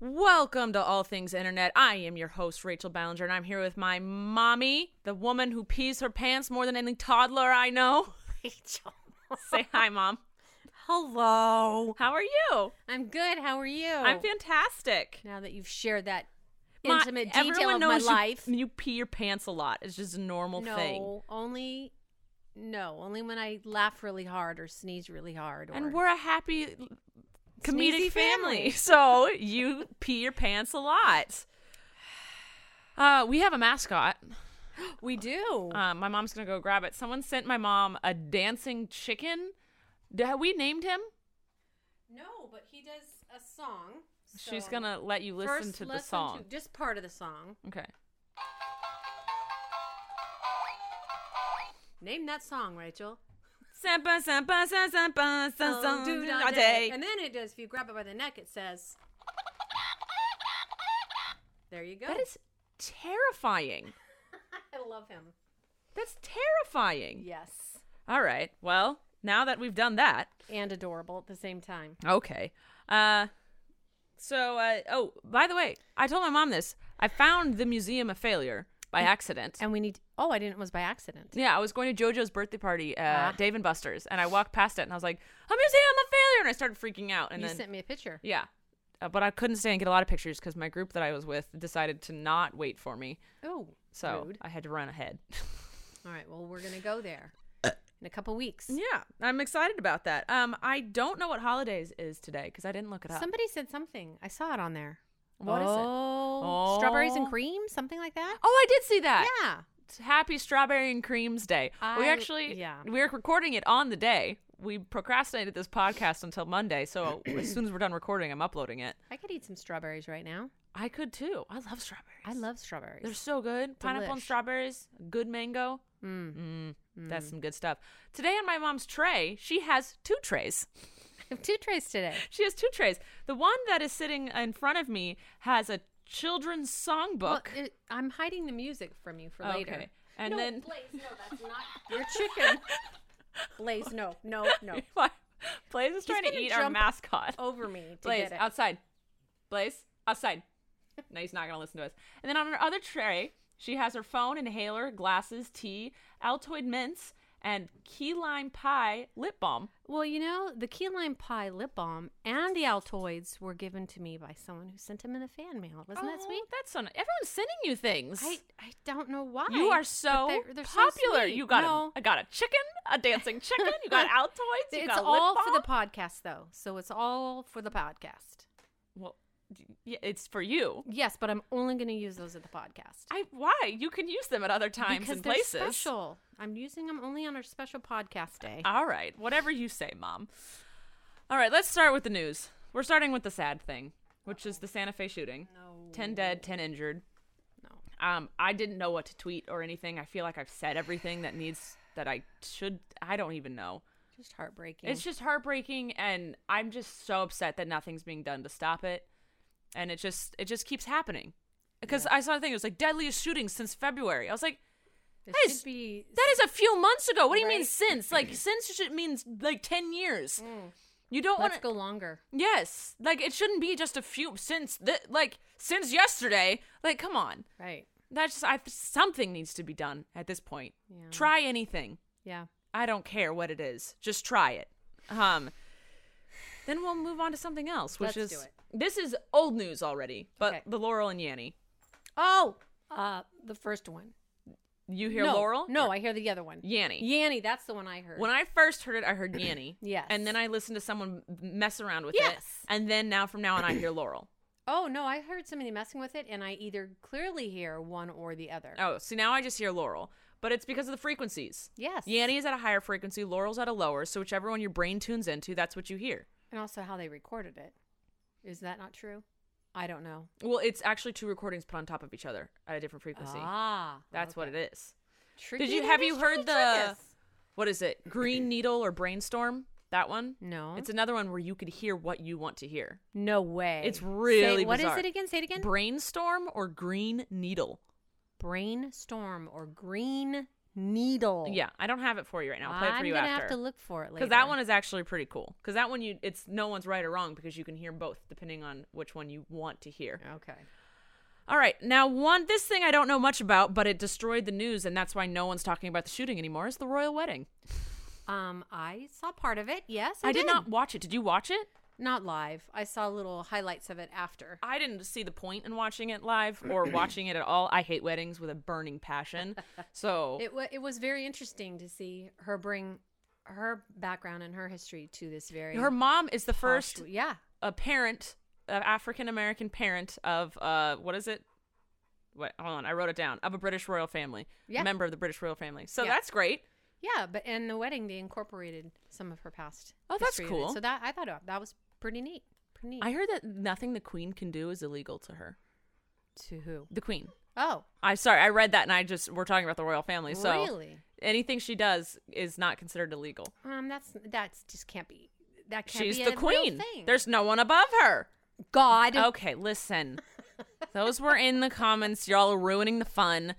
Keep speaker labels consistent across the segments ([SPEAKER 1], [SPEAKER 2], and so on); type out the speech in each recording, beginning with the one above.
[SPEAKER 1] Welcome to All Things Internet. I am your host, Rachel Ballinger, and I'm here with my mommy, the woman who pees her pants more than any toddler I know.
[SPEAKER 2] Rachel.
[SPEAKER 1] Say hi, mom.
[SPEAKER 2] Hello.
[SPEAKER 1] How are you?
[SPEAKER 2] I'm good. How are you?
[SPEAKER 1] I'm fantastic.
[SPEAKER 2] Now that you've shared that
[SPEAKER 1] My-
[SPEAKER 2] intimate detail
[SPEAKER 1] everyone
[SPEAKER 2] of my
[SPEAKER 1] knows you-
[SPEAKER 2] life.
[SPEAKER 1] You, pee your pants a lot. It's just a normal
[SPEAKER 2] no,
[SPEAKER 1] thing.
[SPEAKER 2] only no, only when I laugh really hard or sneeze really hard. Or,
[SPEAKER 1] And we're a happy comedic family.
[SPEAKER 2] Sneezy family.
[SPEAKER 1] So you pee your pants a lot. Uh, we have a mascot.
[SPEAKER 2] we do.
[SPEAKER 1] Um, my mom's gonna go grab it. Someone sent my mom a dancing chicken. D- Have we named him?
[SPEAKER 2] no, but he does a song.
[SPEAKER 1] She's gonna let you listen to the song.
[SPEAKER 2] just part of the song.
[SPEAKER 1] okay.
[SPEAKER 2] Name that song, Rachel.
[SPEAKER 1] Sampa, sampa, sa- sampa, sa- sa-
[SPEAKER 2] Oh, do
[SPEAKER 1] da-
[SPEAKER 2] not
[SPEAKER 1] day.
[SPEAKER 2] And then it does. If you grab it by the neck, it says. There you go.
[SPEAKER 1] That is terrifying.
[SPEAKER 2] I love him.
[SPEAKER 1] That's terrifying.
[SPEAKER 2] Yes.
[SPEAKER 1] All right. Well, now that we've done that,
[SPEAKER 2] And adorable at the same time.
[SPEAKER 1] okay. Uh, so uh, oh, by the way, I told my mom this. I found the Museum of Failure by accident.
[SPEAKER 2] And we need. Oh, I didn't. It was by accident.
[SPEAKER 1] Yeah, I was going to JoJo's birthday party at
[SPEAKER 2] Ah.
[SPEAKER 1] Dave and Buster's, and I walked past it, and I was like, "A museum of failure!" And I started freaking out. And
[SPEAKER 2] you
[SPEAKER 1] then,
[SPEAKER 2] sent me a picture.
[SPEAKER 1] yeah, uh, but I couldn't stay and get a lot of pictures because my group that I was with decided to not wait for me,
[SPEAKER 2] Oh,
[SPEAKER 1] so
[SPEAKER 2] rude.
[SPEAKER 1] I had to run ahead.
[SPEAKER 2] All right. Well, we're gonna go there in a couple weeks.
[SPEAKER 1] yeah, I'm excited about that. Um, I don't know what holidays is today because I didn't look it up.
[SPEAKER 2] Somebody said something. I saw it on there.
[SPEAKER 1] What is it?
[SPEAKER 2] Oh, strawberries and
[SPEAKER 1] Oh.
[SPEAKER 2] cream, something like that.
[SPEAKER 1] oh, I did see that.
[SPEAKER 2] yeah.
[SPEAKER 1] It's Happy Strawberry and Creams Day. we
[SPEAKER 2] I-
[SPEAKER 1] actually,
[SPEAKER 2] yeah.
[SPEAKER 1] we are recording it on the day. We procrastinated this podcast until Monday, so as soon as we're done recording, I'm uploading it.
[SPEAKER 2] I could eat some strawberries right now.
[SPEAKER 1] I could too. I love strawberries.
[SPEAKER 2] I love strawberries.
[SPEAKER 1] They're so good. Pineapple and
[SPEAKER 2] Delish.
[SPEAKER 1] strawberries, good mango.
[SPEAKER 2] Mm.
[SPEAKER 1] Mm, That's some good stuff. Today on my mom's tray, she has two trays.
[SPEAKER 2] I have two trays today.
[SPEAKER 1] She has two trays. The one that is sitting in front of me has a children's songbook.
[SPEAKER 2] Well, it, I'm hiding the music from you for later.
[SPEAKER 1] Okay. And
[SPEAKER 2] No,
[SPEAKER 1] then
[SPEAKER 2] Blaze, no, that's not your chicken. Blaze, no, no, no.
[SPEAKER 1] Blaze is trying to
[SPEAKER 2] gonna
[SPEAKER 1] eat our
[SPEAKER 2] jump
[SPEAKER 1] mascot.
[SPEAKER 2] Over me to
[SPEAKER 1] Blaze,
[SPEAKER 2] get it.
[SPEAKER 1] outside. Blaze, outside. No, he's not going to listen to us. And then on her other tray, she has her phone, inhaler, glasses, tea, Altoid mints, and key lime pie lip balm.
[SPEAKER 2] Well, you know, the key lime pie lip balm and the Altoids were given to me by someone who sent them in a fan mail. Wasn't that
[SPEAKER 1] Oh,
[SPEAKER 2] sweet?
[SPEAKER 1] That's so nice. Everyone's sending you things.
[SPEAKER 2] I, I don't know why.
[SPEAKER 1] Oh, you are
[SPEAKER 2] but
[SPEAKER 1] so
[SPEAKER 2] they're- they're so
[SPEAKER 1] popular.
[SPEAKER 2] sweet.
[SPEAKER 1] you got
[SPEAKER 2] no,
[SPEAKER 1] a, I got a chicken, a dancing chicken. You got Altoids. You
[SPEAKER 2] It's
[SPEAKER 1] got a
[SPEAKER 2] all
[SPEAKER 1] lip
[SPEAKER 2] for the
[SPEAKER 1] balm.
[SPEAKER 2] podcast, though. So it's all for the podcast.
[SPEAKER 1] well, d- yeah, it's for you.
[SPEAKER 2] Yes, but I'm only going to use those at the podcast
[SPEAKER 1] I why you can use them at other times
[SPEAKER 2] because
[SPEAKER 1] and
[SPEAKER 2] they're
[SPEAKER 1] places.
[SPEAKER 2] special. I'm using them only on our special podcast day.
[SPEAKER 1] All right, whatever you say, Mom. All right, let's start with the news. We're starting with the sad thing, which is the Santa Fe shooting.
[SPEAKER 2] no,
[SPEAKER 1] 10 dead, 10 injured.
[SPEAKER 2] no.
[SPEAKER 1] Um, I didn't know what to tweet or anything. I feel like I've said everything that needs that I should. I don't even know.
[SPEAKER 2] Just heartbreaking.
[SPEAKER 1] It's just heartbreaking, and I'm just so upset that nothing's being done to stop it. And it just it just keeps happening. Because I saw a thing, it was like deadliest shooting since February. I was like,
[SPEAKER 2] It
[SPEAKER 1] That is-
[SPEAKER 2] should be
[SPEAKER 1] that is a few months ago. What do you mean
[SPEAKER 2] Right.
[SPEAKER 1] since? Like, since should means like 10 years. You don't want
[SPEAKER 2] Mm. Let's
[SPEAKER 1] to.
[SPEAKER 2] go longer.
[SPEAKER 1] Yes. Like, it shouldn't be just a few since, th- like, since yesterday. Like, come on.
[SPEAKER 2] Right.
[SPEAKER 1] That's just, I, something needs to be done at this point.
[SPEAKER 2] Yeah.
[SPEAKER 1] Try anything.
[SPEAKER 2] Yeah.
[SPEAKER 1] I don't care what it is. Just try it. Um, then we'll move on to something else, which
[SPEAKER 2] Let's
[SPEAKER 1] is
[SPEAKER 2] do it.
[SPEAKER 1] this is old news already, but
[SPEAKER 2] Okay.
[SPEAKER 1] the Laurel and Yanny.
[SPEAKER 2] Oh, uh, the first one.
[SPEAKER 1] You hear
[SPEAKER 2] no,
[SPEAKER 1] Laurel?
[SPEAKER 2] No, I hear the other one.
[SPEAKER 1] Yanny.
[SPEAKER 2] Yanny, that's the one I heard.
[SPEAKER 1] When I first heard it, I heard Yanny.
[SPEAKER 2] Yes.
[SPEAKER 1] And then I listened to someone mess around with it.
[SPEAKER 2] Yes.
[SPEAKER 1] And then now from now on, I hear Laurel.
[SPEAKER 2] oh no, I heard somebody messing with it, and I either clearly hear one or the other.
[SPEAKER 1] Oh, see, now I just hear Laurel. But it's because of the frequencies.
[SPEAKER 2] Yes.
[SPEAKER 1] Yanny is at a higher frequency, Laurel's at a lower. So whichever one your brain tunes into, that's what you hear.
[SPEAKER 2] And also how they recorded it. Is that not true? I don't know.
[SPEAKER 1] Well, it's actually two recordings put on top of each other at a different frequency.
[SPEAKER 2] Ah,
[SPEAKER 1] That's what
[SPEAKER 2] okay.
[SPEAKER 1] it is.
[SPEAKER 2] Tricky.
[SPEAKER 1] you-
[SPEAKER 2] They're
[SPEAKER 1] have you
[SPEAKER 2] just trying
[SPEAKER 1] heard
[SPEAKER 2] to trick
[SPEAKER 1] the-
[SPEAKER 2] us.
[SPEAKER 1] what is it? Green Needle or Brainstorm? That one?
[SPEAKER 2] No.
[SPEAKER 1] It's another one where you could hear what you want to hear.
[SPEAKER 2] no way.
[SPEAKER 1] It's
[SPEAKER 2] Say-
[SPEAKER 1] really
[SPEAKER 2] What is
[SPEAKER 1] bizarre.
[SPEAKER 2] it again? Say it again.
[SPEAKER 1] Brainstorm or Green Needle?
[SPEAKER 2] Brainstorm or green needle.
[SPEAKER 1] Yeah, I don't have it for you right now. I'll play it for
[SPEAKER 2] Oh. I'm
[SPEAKER 1] you
[SPEAKER 2] gonna
[SPEAKER 1] after.
[SPEAKER 2] have to look for it later.
[SPEAKER 1] because that one is actually pretty cool. Because that one, you it's no one's right or wrong because you can hear both depending on which one you want to hear.
[SPEAKER 2] okay.
[SPEAKER 1] All right, now one this thing I don't know much about, but it destroyed the news, and that's why no one's talking about the shooting anymore. Is the royal wedding?
[SPEAKER 2] Um, I saw part of it. Yes, I,
[SPEAKER 1] I did not watch it. Did you watch it?
[SPEAKER 2] Not live. I saw little highlights of it after.
[SPEAKER 1] I didn't see the point in watching it live or watching it at all. I hate weddings with a burning passion. So
[SPEAKER 2] It wa it was very interesting to see her bring her background and her history to this very
[SPEAKER 1] her mom is the
[SPEAKER 2] posh-
[SPEAKER 1] first
[SPEAKER 2] Yeah,
[SPEAKER 1] uh, parent, uh, African American parent of uh, what is it? What? Hold on, I wrote it down. Of a British royal family,
[SPEAKER 2] Yeah.
[SPEAKER 1] member of the British royal family. So
[SPEAKER 2] Yeah.
[SPEAKER 1] that's great.
[SPEAKER 2] yeah. But in the wedding, they incorporated some of her past.
[SPEAKER 1] Oh, that's
[SPEAKER 2] history in it.
[SPEAKER 1] cool.
[SPEAKER 2] So that I thought uh, that was pretty neat. Pretty neat.
[SPEAKER 1] I heard that nothing the Queen can do is illegal to her.
[SPEAKER 2] to who?
[SPEAKER 1] The Queen.
[SPEAKER 2] Oh,
[SPEAKER 1] I sorry, I read that and I just we're talking about the royal family. So
[SPEAKER 2] really?
[SPEAKER 1] anything she does is not considered illegal.
[SPEAKER 2] Um, that's that's just can't be. That can't
[SPEAKER 1] She's
[SPEAKER 2] be
[SPEAKER 1] the
[SPEAKER 2] a real
[SPEAKER 1] Queen.
[SPEAKER 2] thing.
[SPEAKER 1] There's Oh. no one above her.
[SPEAKER 2] God.
[SPEAKER 1] Okay, listen. Those were in the comments. Y'all are ruining the fun.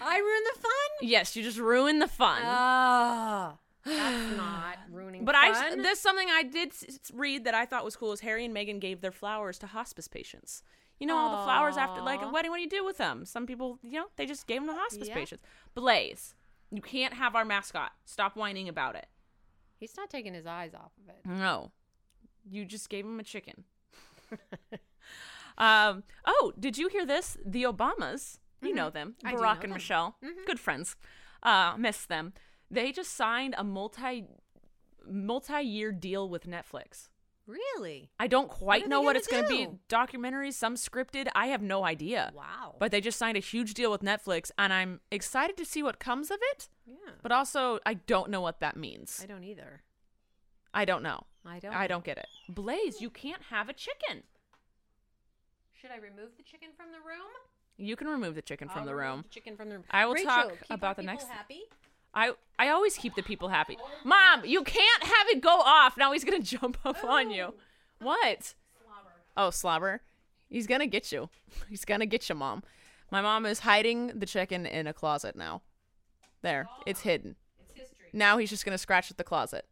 [SPEAKER 2] I ruined the fun.
[SPEAKER 1] Yes, you just ruined the fun.
[SPEAKER 2] Oh, Ah, that's not ruining.
[SPEAKER 1] but I
[SPEAKER 2] fun.
[SPEAKER 1] there's something I did s- s- read that I thought was cool is Harry and Meghan gave their flowers to hospice patients. You know all the flowers after like a
[SPEAKER 2] Aw.
[SPEAKER 1] wedding. What do you do with them? Some people, you know, they just gave them to hospice
[SPEAKER 2] Yeah.
[SPEAKER 1] patients. Blaze, you can't have our mascot. Stop whining about it.
[SPEAKER 2] He's not taking his eyes off of it.
[SPEAKER 1] No, you just gave him a chicken. um. Oh, did you hear this? The Obamas, you know them,
[SPEAKER 2] Mm-hmm. I do
[SPEAKER 1] Barack
[SPEAKER 2] know
[SPEAKER 1] and
[SPEAKER 2] them. Mm-hmm.
[SPEAKER 1] Michelle, good friends. Uh, miss them. They just signed a multi multi-year deal with Netflix.
[SPEAKER 2] Really?
[SPEAKER 1] I don't quite
[SPEAKER 2] are
[SPEAKER 1] know
[SPEAKER 2] they
[SPEAKER 1] what
[SPEAKER 2] gonna
[SPEAKER 1] it's going to be.
[SPEAKER 2] do?
[SPEAKER 1] Documentaries, some scripted. I have no idea.
[SPEAKER 2] Wow.
[SPEAKER 1] But they just signed a huge deal with Netflix, and I'm excited to see what comes of it.
[SPEAKER 2] yeah,
[SPEAKER 1] But also, I don't know what that means.
[SPEAKER 2] I don't either.
[SPEAKER 1] I don't know.
[SPEAKER 2] I don't.
[SPEAKER 1] I don't get it. Blaze, you can't have a chicken.
[SPEAKER 2] Should I remove the chicken from the room?
[SPEAKER 1] You can remove the chicken from
[SPEAKER 2] I'll
[SPEAKER 1] the
[SPEAKER 2] remove
[SPEAKER 1] room.
[SPEAKER 2] the chicken from the room.
[SPEAKER 1] I will
[SPEAKER 2] Rachel,
[SPEAKER 1] talk
[SPEAKER 2] keep
[SPEAKER 1] about
[SPEAKER 2] our
[SPEAKER 1] the
[SPEAKER 2] people
[SPEAKER 1] next-
[SPEAKER 2] Happy.
[SPEAKER 1] I I always keep the people happy. Mom, you can't have it go off. Now he's gonna jump up on you. What? Oh, slobber. He's gonna get you. He's gonna get you, mom. My mom is hiding the chicken in a closet now. There, it's hidden. Now he's just gonna scratch at the closet.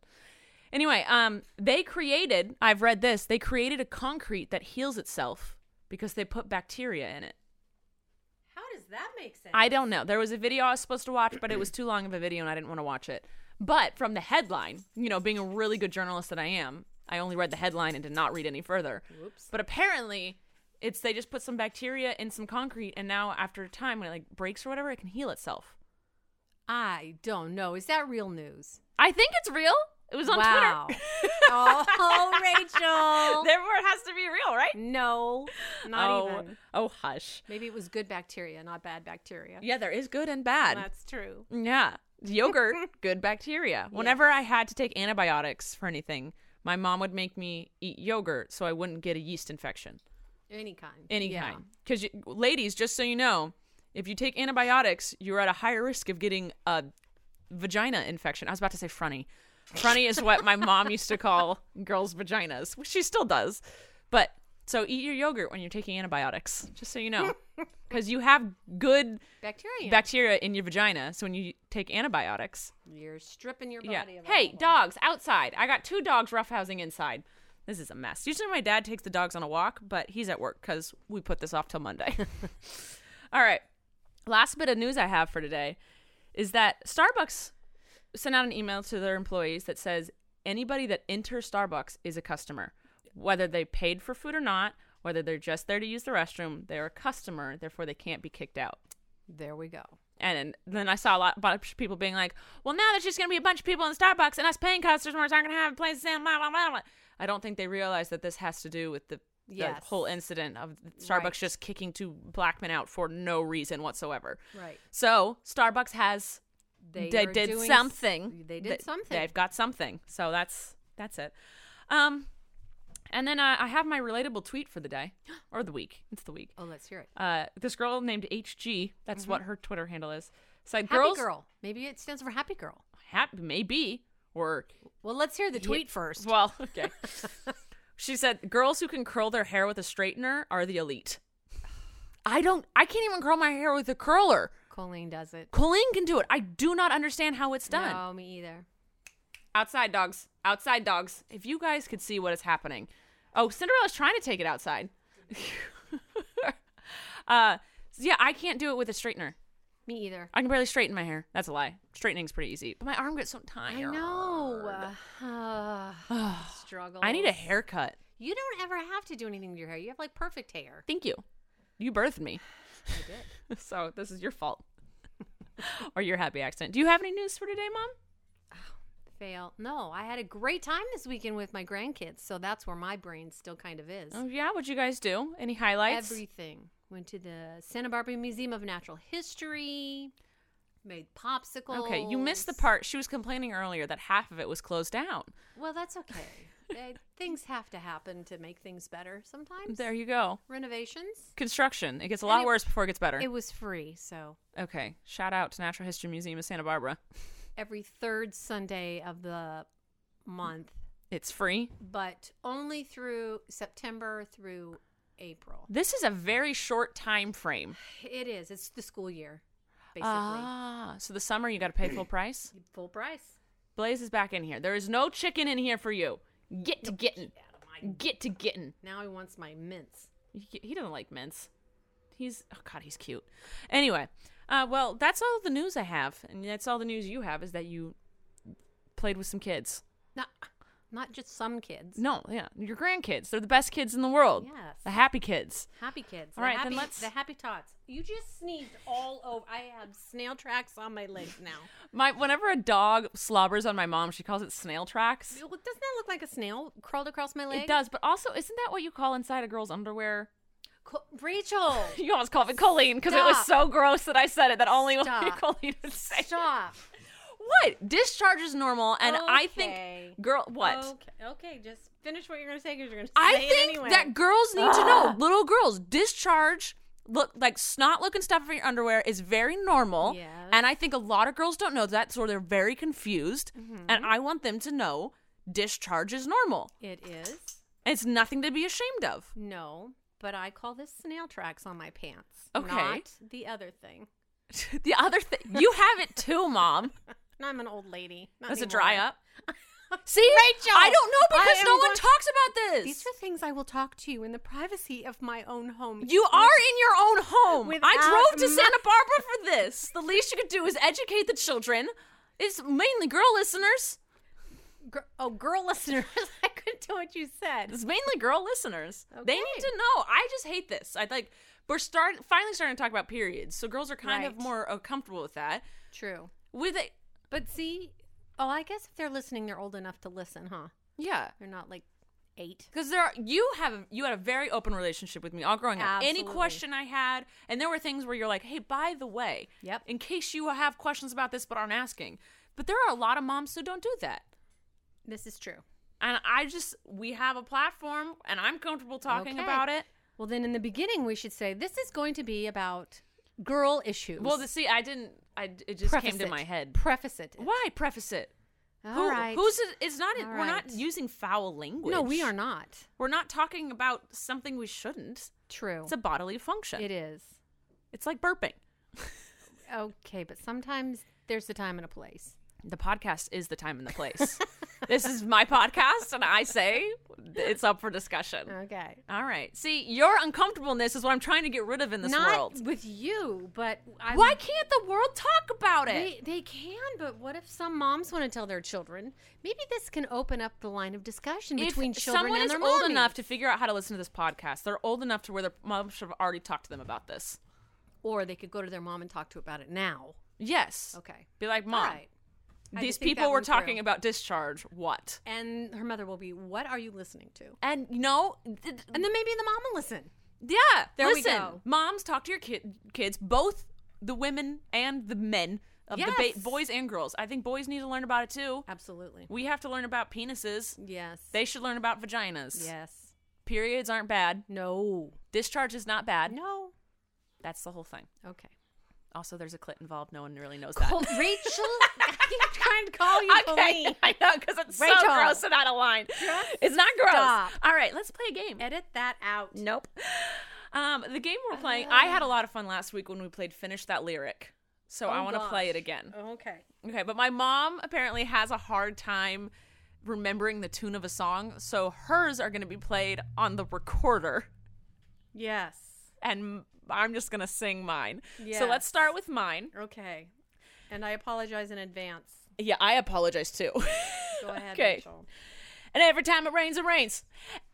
[SPEAKER 1] Anyway, um, they created. I've read this. They created a concrete that heals itself because they put bacteria in it.
[SPEAKER 2] How does that make sense?
[SPEAKER 1] I don't know. There was a video I was supposed to watch, but it was too long of a video and I didn't want to watch it. But from the headline, you know, being a really good journalist that I am, I only read the headline and did not read any further.
[SPEAKER 2] Whoops.
[SPEAKER 1] But apparently, it's they just put some bacteria in some concrete and now after a time when it like breaks or whatever, it can heal itself.
[SPEAKER 2] I don't know. Is that real news?
[SPEAKER 1] I think it's real. It was on
[SPEAKER 2] wow.
[SPEAKER 1] Twitter.
[SPEAKER 2] oh, Rachel.
[SPEAKER 1] Therefore, it has to be real, right?
[SPEAKER 2] No, not
[SPEAKER 1] oh,
[SPEAKER 2] even.
[SPEAKER 1] Oh, hush.
[SPEAKER 2] Maybe it was good bacteria, not bad bacteria.
[SPEAKER 1] Yeah, there is good and bad.
[SPEAKER 2] That's true.
[SPEAKER 1] Yeah. Yogurt, good bacteria. Whenever I had to take antibiotics for anything, my mom would make me eat yogurt so I wouldn't get a yeast infection,
[SPEAKER 2] Any kind.
[SPEAKER 1] any
[SPEAKER 2] Yeah.
[SPEAKER 1] kind. Because, ladies, just so you know, if you take antibiotics, you're at a higher risk of getting a vagina infection. I was about to say frunny. Frunny is what my mom used to call girls' vaginas, which she still does. But So eat your yogurt when you're taking antibiotics, just so you know, because you have good
[SPEAKER 2] Bacteria.
[SPEAKER 1] bacteria in your vagina. So when you take antibiotics,
[SPEAKER 2] You're stripping your
[SPEAKER 1] yeah.
[SPEAKER 2] body of
[SPEAKER 1] Hey,
[SPEAKER 2] all-
[SPEAKER 1] dogs outside. I got two dogs roughhousing inside. This is a mess. Usually my dad takes the dogs on a walk, but he's at work because we put this off till Monday. All right. Last bit of news I have for today is that Starbucks sent out an email to their employees that says anybody that enters Starbucks is a customer, whether they paid for food or not, whether they're just there to use the restroom, they're a customer, therefore they can't be kicked out.
[SPEAKER 2] There we go.
[SPEAKER 1] And then I saw a lot bunch of people being like, "Well, now there's just going to be a bunch of people in Starbucks, and us paying customers aren't going to have places in blah blah blah." blah." I don't think they realize that this has to do with the, the
[SPEAKER 2] Yes.
[SPEAKER 1] whole incident of Starbucks
[SPEAKER 2] Right.
[SPEAKER 1] just kicking two black men out for no reason whatsoever.
[SPEAKER 2] Right.
[SPEAKER 1] So Starbucks has
[SPEAKER 2] They,
[SPEAKER 1] they
[SPEAKER 2] are
[SPEAKER 1] did
[SPEAKER 2] doing s-
[SPEAKER 1] something.
[SPEAKER 2] They did
[SPEAKER 1] Th-
[SPEAKER 2] something.
[SPEAKER 1] They've got something. So that's that's it. Um, and then uh, I have my relatable tweet for the day or the week. It's the week.
[SPEAKER 2] oh, let's hear it.
[SPEAKER 1] Uh, this girl named HG. That's what her Twitter handle is. Said
[SPEAKER 2] Happy
[SPEAKER 1] girls,
[SPEAKER 2] girl. Maybe it stands for happy girl.
[SPEAKER 1] happy maybe or
[SPEAKER 2] Well, let's hear the tweet first.
[SPEAKER 1] well okay she said girls who can curl their hair with a straightener are the elite i don't i can't even curl my hair with a curler
[SPEAKER 2] Colleen does it.
[SPEAKER 1] colleen can do it i do not understand how it's done
[SPEAKER 2] No, me either.
[SPEAKER 1] outside dogs outside dogs if you guys could see what is happening oh cinderella's trying to take it outside uh yeah i can't do it with a straightener
[SPEAKER 2] Me either.
[SPEAKER 1] i can barely straighten my hair that's a lie straightening's pretty easy but my arm gets so tired
[SPEAKER 2] I know. Uh, struggle.
[SPEAKER 1] i need a haircut
[SPEAKER 2] You don't ever have to do anything to your hair. You have like perfect hair.
[SPEAKER 1] Thank you. You birthed me.
[SPEAKER 2] I did.
[SPEAKER 1] So this is your fault. or your happy accident. Do you have any news for today, Mom?
[SPEAKER 2] Fail. No, I had a great time this weekend with my grandkids, so that's where my brain still kind of is.
[SPEAKER 1] Oh yeah, what'd you guys do? Any highlights?
[SPEAKER 2] Everything. Went to the Santa Barbara Museum of Natural History. Made popsicles.
[SPEAKER 1] okay, you missed the part. She was complaining earlier that half of it was closed down.
[SPEAKER 2] Well, that's okay. Uh, things have to happen to make things better sometimes.
[SPEAKER 1] There you go.
[SPEAKER 2] Renovations.
[SPEAKER 1] Construction. It gets a lot
[SPEAKER 2] it-
[SPEAKER 1] worse before it gets better.
[SPEAKER 2] It was free, so
[SPEAKER 1] okay. Shout out to Natural History Museum of Santa Barbara.
[SPEAKER 2] every third Sunday of the month,
[SPEAKER 1] It's free.
[SPEAKER 2] but only through September through April.
[SPEAKER 1] This is a very short time frame.
[SPEAKER 2] It is. It's the school year, basically.
[SPEAKER 1] Ah, so the summer you got to pay full price.
[SPEAKER 2] Full price.
[SPEAKER 1] Blaze is back in here. There is no chicken in here for you. Get to getting. Get to getting.
[SPEAKER 2] Now he wants my mints.
[SPEAKER 1] He he doesn't like mints. He's oh god, he's cute. Anyway, uh, well, that's all the news I have, and that's all the news you have is that you played with some kids.
[SPEAKER 2] Not, not just some kids.
[SPEAKER 1] No, yeah, your grandkids. They're the best kids in the world.
[SPEAKER 2] Yes.
[SPEAKER 1] the happy kids.
[SPEAKER 2] Happy kids.
[SPEAKER 1] All
[SPEAKER 2] the
[SPEAKER 1] right, then
[SPEAKER 2] happy,
[SPEAKER 1] let's-
[SPEAKER 2] The happy tots. You just sneezed all over. I have snail tracks on my legs now.
[SPEAKER 1] My whenever a dog slobbers on my mom, she calls it snail tracks.
[SPEAKER 2] Doesn't that look like a snail crawled across my leg?
[SPEAKER 1] It does, but also isn't that what you call inside a girl's underwear?
[SPEAKER 2] Co- Rachel,
[SPEAKER 1] You almost called it Colleen because it was so gross that I said it that only
[SPEAKER 2] Stop.
[SPEAKER 1] Colleen would say. it.
[SPEAKER 2] stop.
[SPEAKER 1] What discharge is normal, and I
[SPEAKER 2] Okay.
[SPEAKER 1] think girl what.
[SPEAKER 2] Okay, okay, just finish what you're gonna say because you're gonna say
[SPEAKER 1] I
[SPEAKER 2] it
[SPEAKER 1] think
[SPEAKER 2] anyway. Ah.
[SPEAKER 1] that girls need to know. Little girls discharge look like snot looking stuff in your underwear is very normal.
[SPEAKER 2] Yes.
[SPEAKER 1] And I think a lot of girls don't know that, so they're very confused.
[SPEAKER 2] Mm-hmm.
[SPEAKER 1] And I want them to know discharge is normal.
[SPEAKER 2] it is
[SPEAKER 1] It's nothing to be ashamed of.
[SPEAKER 2] no, but I call this snail tracks on my pants.
[SPEAKER 1] Okay.
[SPEAKER 2] not the other thing.
[SPEAKER 1] the other thing you have it too, mom.
[SPEAKER 2] And I'm an old lady. Not
[SPEAKER 1] That's a
[SPEAKER 2] anymore.
[SPEAKER 1] dry up. See, Rachel, I don't know
[SPEAKER 2] I
[SPEAKER 1] because
[SPEAKER 2] am
[SPEAKER 1] no one
[SPEAKER 2] going-
[SPEAKER 1] talks about this.
[SPEAKER 2] These are things I will talk to you in the privacy of my own home.
[SPEAKER 1] You are in your own home. I
[SPEAKER 2] Without
[SPEAKER 1] drove to
[SPEAKER 2] my-
[SPEAKER 1] Santa Barbara for this. The least you could do is educate the children. It's mainly girl listeners.
[SPEAKER 2] Gr- oh, girl listeners, I couldn't do what you said.
[SPEAKER 1] It's mainly girl listeners. They need
[SPEAKER 2] Okay.
[SPEAKER 1] to know. I just hate this. I like we're start finally starting to talk about periods, so girls are kind of
[SPEAKER 2] Right.
[SPEAKER 1] more uh, comfortable with that.
[SPEAKER 2] True,
[SPEAKER 1] With it,
[SPEAKER 2] but see, oh, I guess if they're listening, they're old enough to listen, huh?
[SPEAKER 1] yeah,
[SPEAKER 2] They're not like eight.
[SPEAKER 1] because there are, you have you had a very open relationship with me all growing up. Any
[SPEAKER 2] Absolutely.
[SPEAKER 1] question I had, and there were things where you're like, hey, by the way,
[SPEAKER 2] Yep.
[SPEAKER 1] in case you have questions about this but aren't asking. But there are a lot of moms who don't do that.
[SPEAKER 2] This is true.
[SPEAKER 1] And I just, we have a platform and I'm comfortable talking
[SPEAKER 2] Okay.
[SPEAKER 1] about it.
[SPEAKER 2] Well, then in the beginning, we should say this is going to be about girl issues.
[SPEAKER 1] Well, to see, I didn't, I, it just
[SPEAKER 2] Preface
[SPEAKER 1] came to
[SPEAKER 2] it.
[SPEAKER 1] my head.
[SPEAKER 2] Preface it.
[SPEAKER 1] Why preface it?
[SPEAKER 2] All
[SPEAKER 1] Who,
[SPEAKER 2] right.
[SPEAKER 1] Who's it? It's not.
[SPEAKER 2] All
[SPEAKER 1] we're not
[SPEAKER 2] right.
[SPEAKER 1] using foul language.
[SPEAKER 2] No, we are not.
[SPEAKER 1] We're not talking about something we shouldn't.
[SPEAKER 2] True.
[SPEAKER 1] It's a bodily function.
[SPEAKER 2] It is.
[SPEAKER 1] It's like burping.
[SPEAKER 2] Okay, but sometimes there's a time and a place.
[SPEAKER 1] The podcast is the time and the place. this is my podcast, and I say it's up for discussion.
[SPEAKER 2] Okay.
[SPEAKER 1] All right. See, your uncomfortableness is what I'm trying to get rid of in this
[SPEAKER 2] not
[SPEAKER 1] world.
[SPEAKER 2] with you, but I
[SPEAKER 1] Why can't the world talk about it?
[SPEAKER 2] They, they can, but what if some moms want to tell their children? Maybe this can open up the line of discussion between
[SPEAKER 1] if
[SPEAKER 2] children
[SPEAKER 1] someone
[SPEAKER 2] and
[SPEAKER 1] is
[SPEAKER 2] their
[SPEAKER 1] old
[SPEAKER 2] mommy.
[SPEAKER 1] enough to figure out how to listen to this podcast, they're old enough to where their mom should have already talked to them about this.
[SPEAKER 2] or they could go to their mom and talk to about it now.
[SPEAKER 1] Yes.
[SPEAKER 2] Okay,
[SPEAKER 1] Be like,
[SPEAKER 2] all
[SPEAKER 1] mom,
[SPEAKER 2] right. I had to
[SPEAKER 1] these
[SPEAKER 2] think
[SPEAKER 1] people
[SPEAKER 2] that
[SPEAKER 1] were
[SPEAKER 2] one through.
[SPEAKER 1] talking about discharge. What?
[SPEAKER 2] and her mother will be. What are you listening to?
[SPEAKER 1] And you know,
[SPEAKER 2] And then maybe the mom will listen.
[SPEAKER 1] yeah.
[SPEAKER 2] There we
[SPEAKER 1] listen,
[SPEAKER 2] go.
[SPEAKER 1] moms talk to your kid, kids, both the women and the men of the
[SPEAKER 2] Yes.
[SPEAKER 1] ba- boys and girls. I think boys need to learn about it too.
[SPEAKER 2] Absolutely.
[SPEAKER 1] We have to learn about penises.
[SPEAKER 2] Yes.
[SPEAKER 1] They should learn about vaginas.
[SPEAKER 2] yes.
[SPEAKER 1] Periods aren't bad.
[SPEAKER 2] No.
[SPEAKER 1] Discharge is not bad.
[SPEAKER 2] No.
[SPEAKER 1] That's the whole thing.
[SPEAKER 2] Okay.
[SPEAKER 1] Also, there's a clit involved. No one really knows that.
[SPEAKER 2] Col- Rachel, I keep trying to call you
[SPEAKER 1] okay,
[SPEAKER 2] Colleen.
[SPEAKER 1] I know because it's so
[SPEAKER 2] Rachel.
[SPEAKER 1] gross and out of line. It's not gross.
[SPEAKER 2] stop.
[SPEAKER 1] All right, let's play a game.
[SPEAKER 2] Edit that out.
[SPEAKER 1] Nope. Um, the game we're playing. I had a lot of fun last week when we played "Finish That Lyric," so I
[SPEAKER 2] Uh. Oh,
[SPEAKER 1] want to play it
[SPEAKER 2] gosh.
[SPEAKER 1] again.
[SPEAKER 2] Okay.
[SPEAKER 1] Okay, but my mom apparently has a hard time remembering the tune of a song, so hers are going to be played on the recorder,
[SPEAKER 2] Yes.
[SPEAKER 1] and I'm just going to sing mine. So
[SPEAKER 2] Yes.
[SPEAKER 1] let's start with mine.
[SPEAKER 2] Okay. And I apologize in advance.
[SPEAKER 1] Yeah, I apologize too.
[SPEAKER 2] Go ahead,
[SPEAKER 1] Okay.
[SPEAKER 2] Rachel.
[SPEAKER 1] and every time it rains, it rains.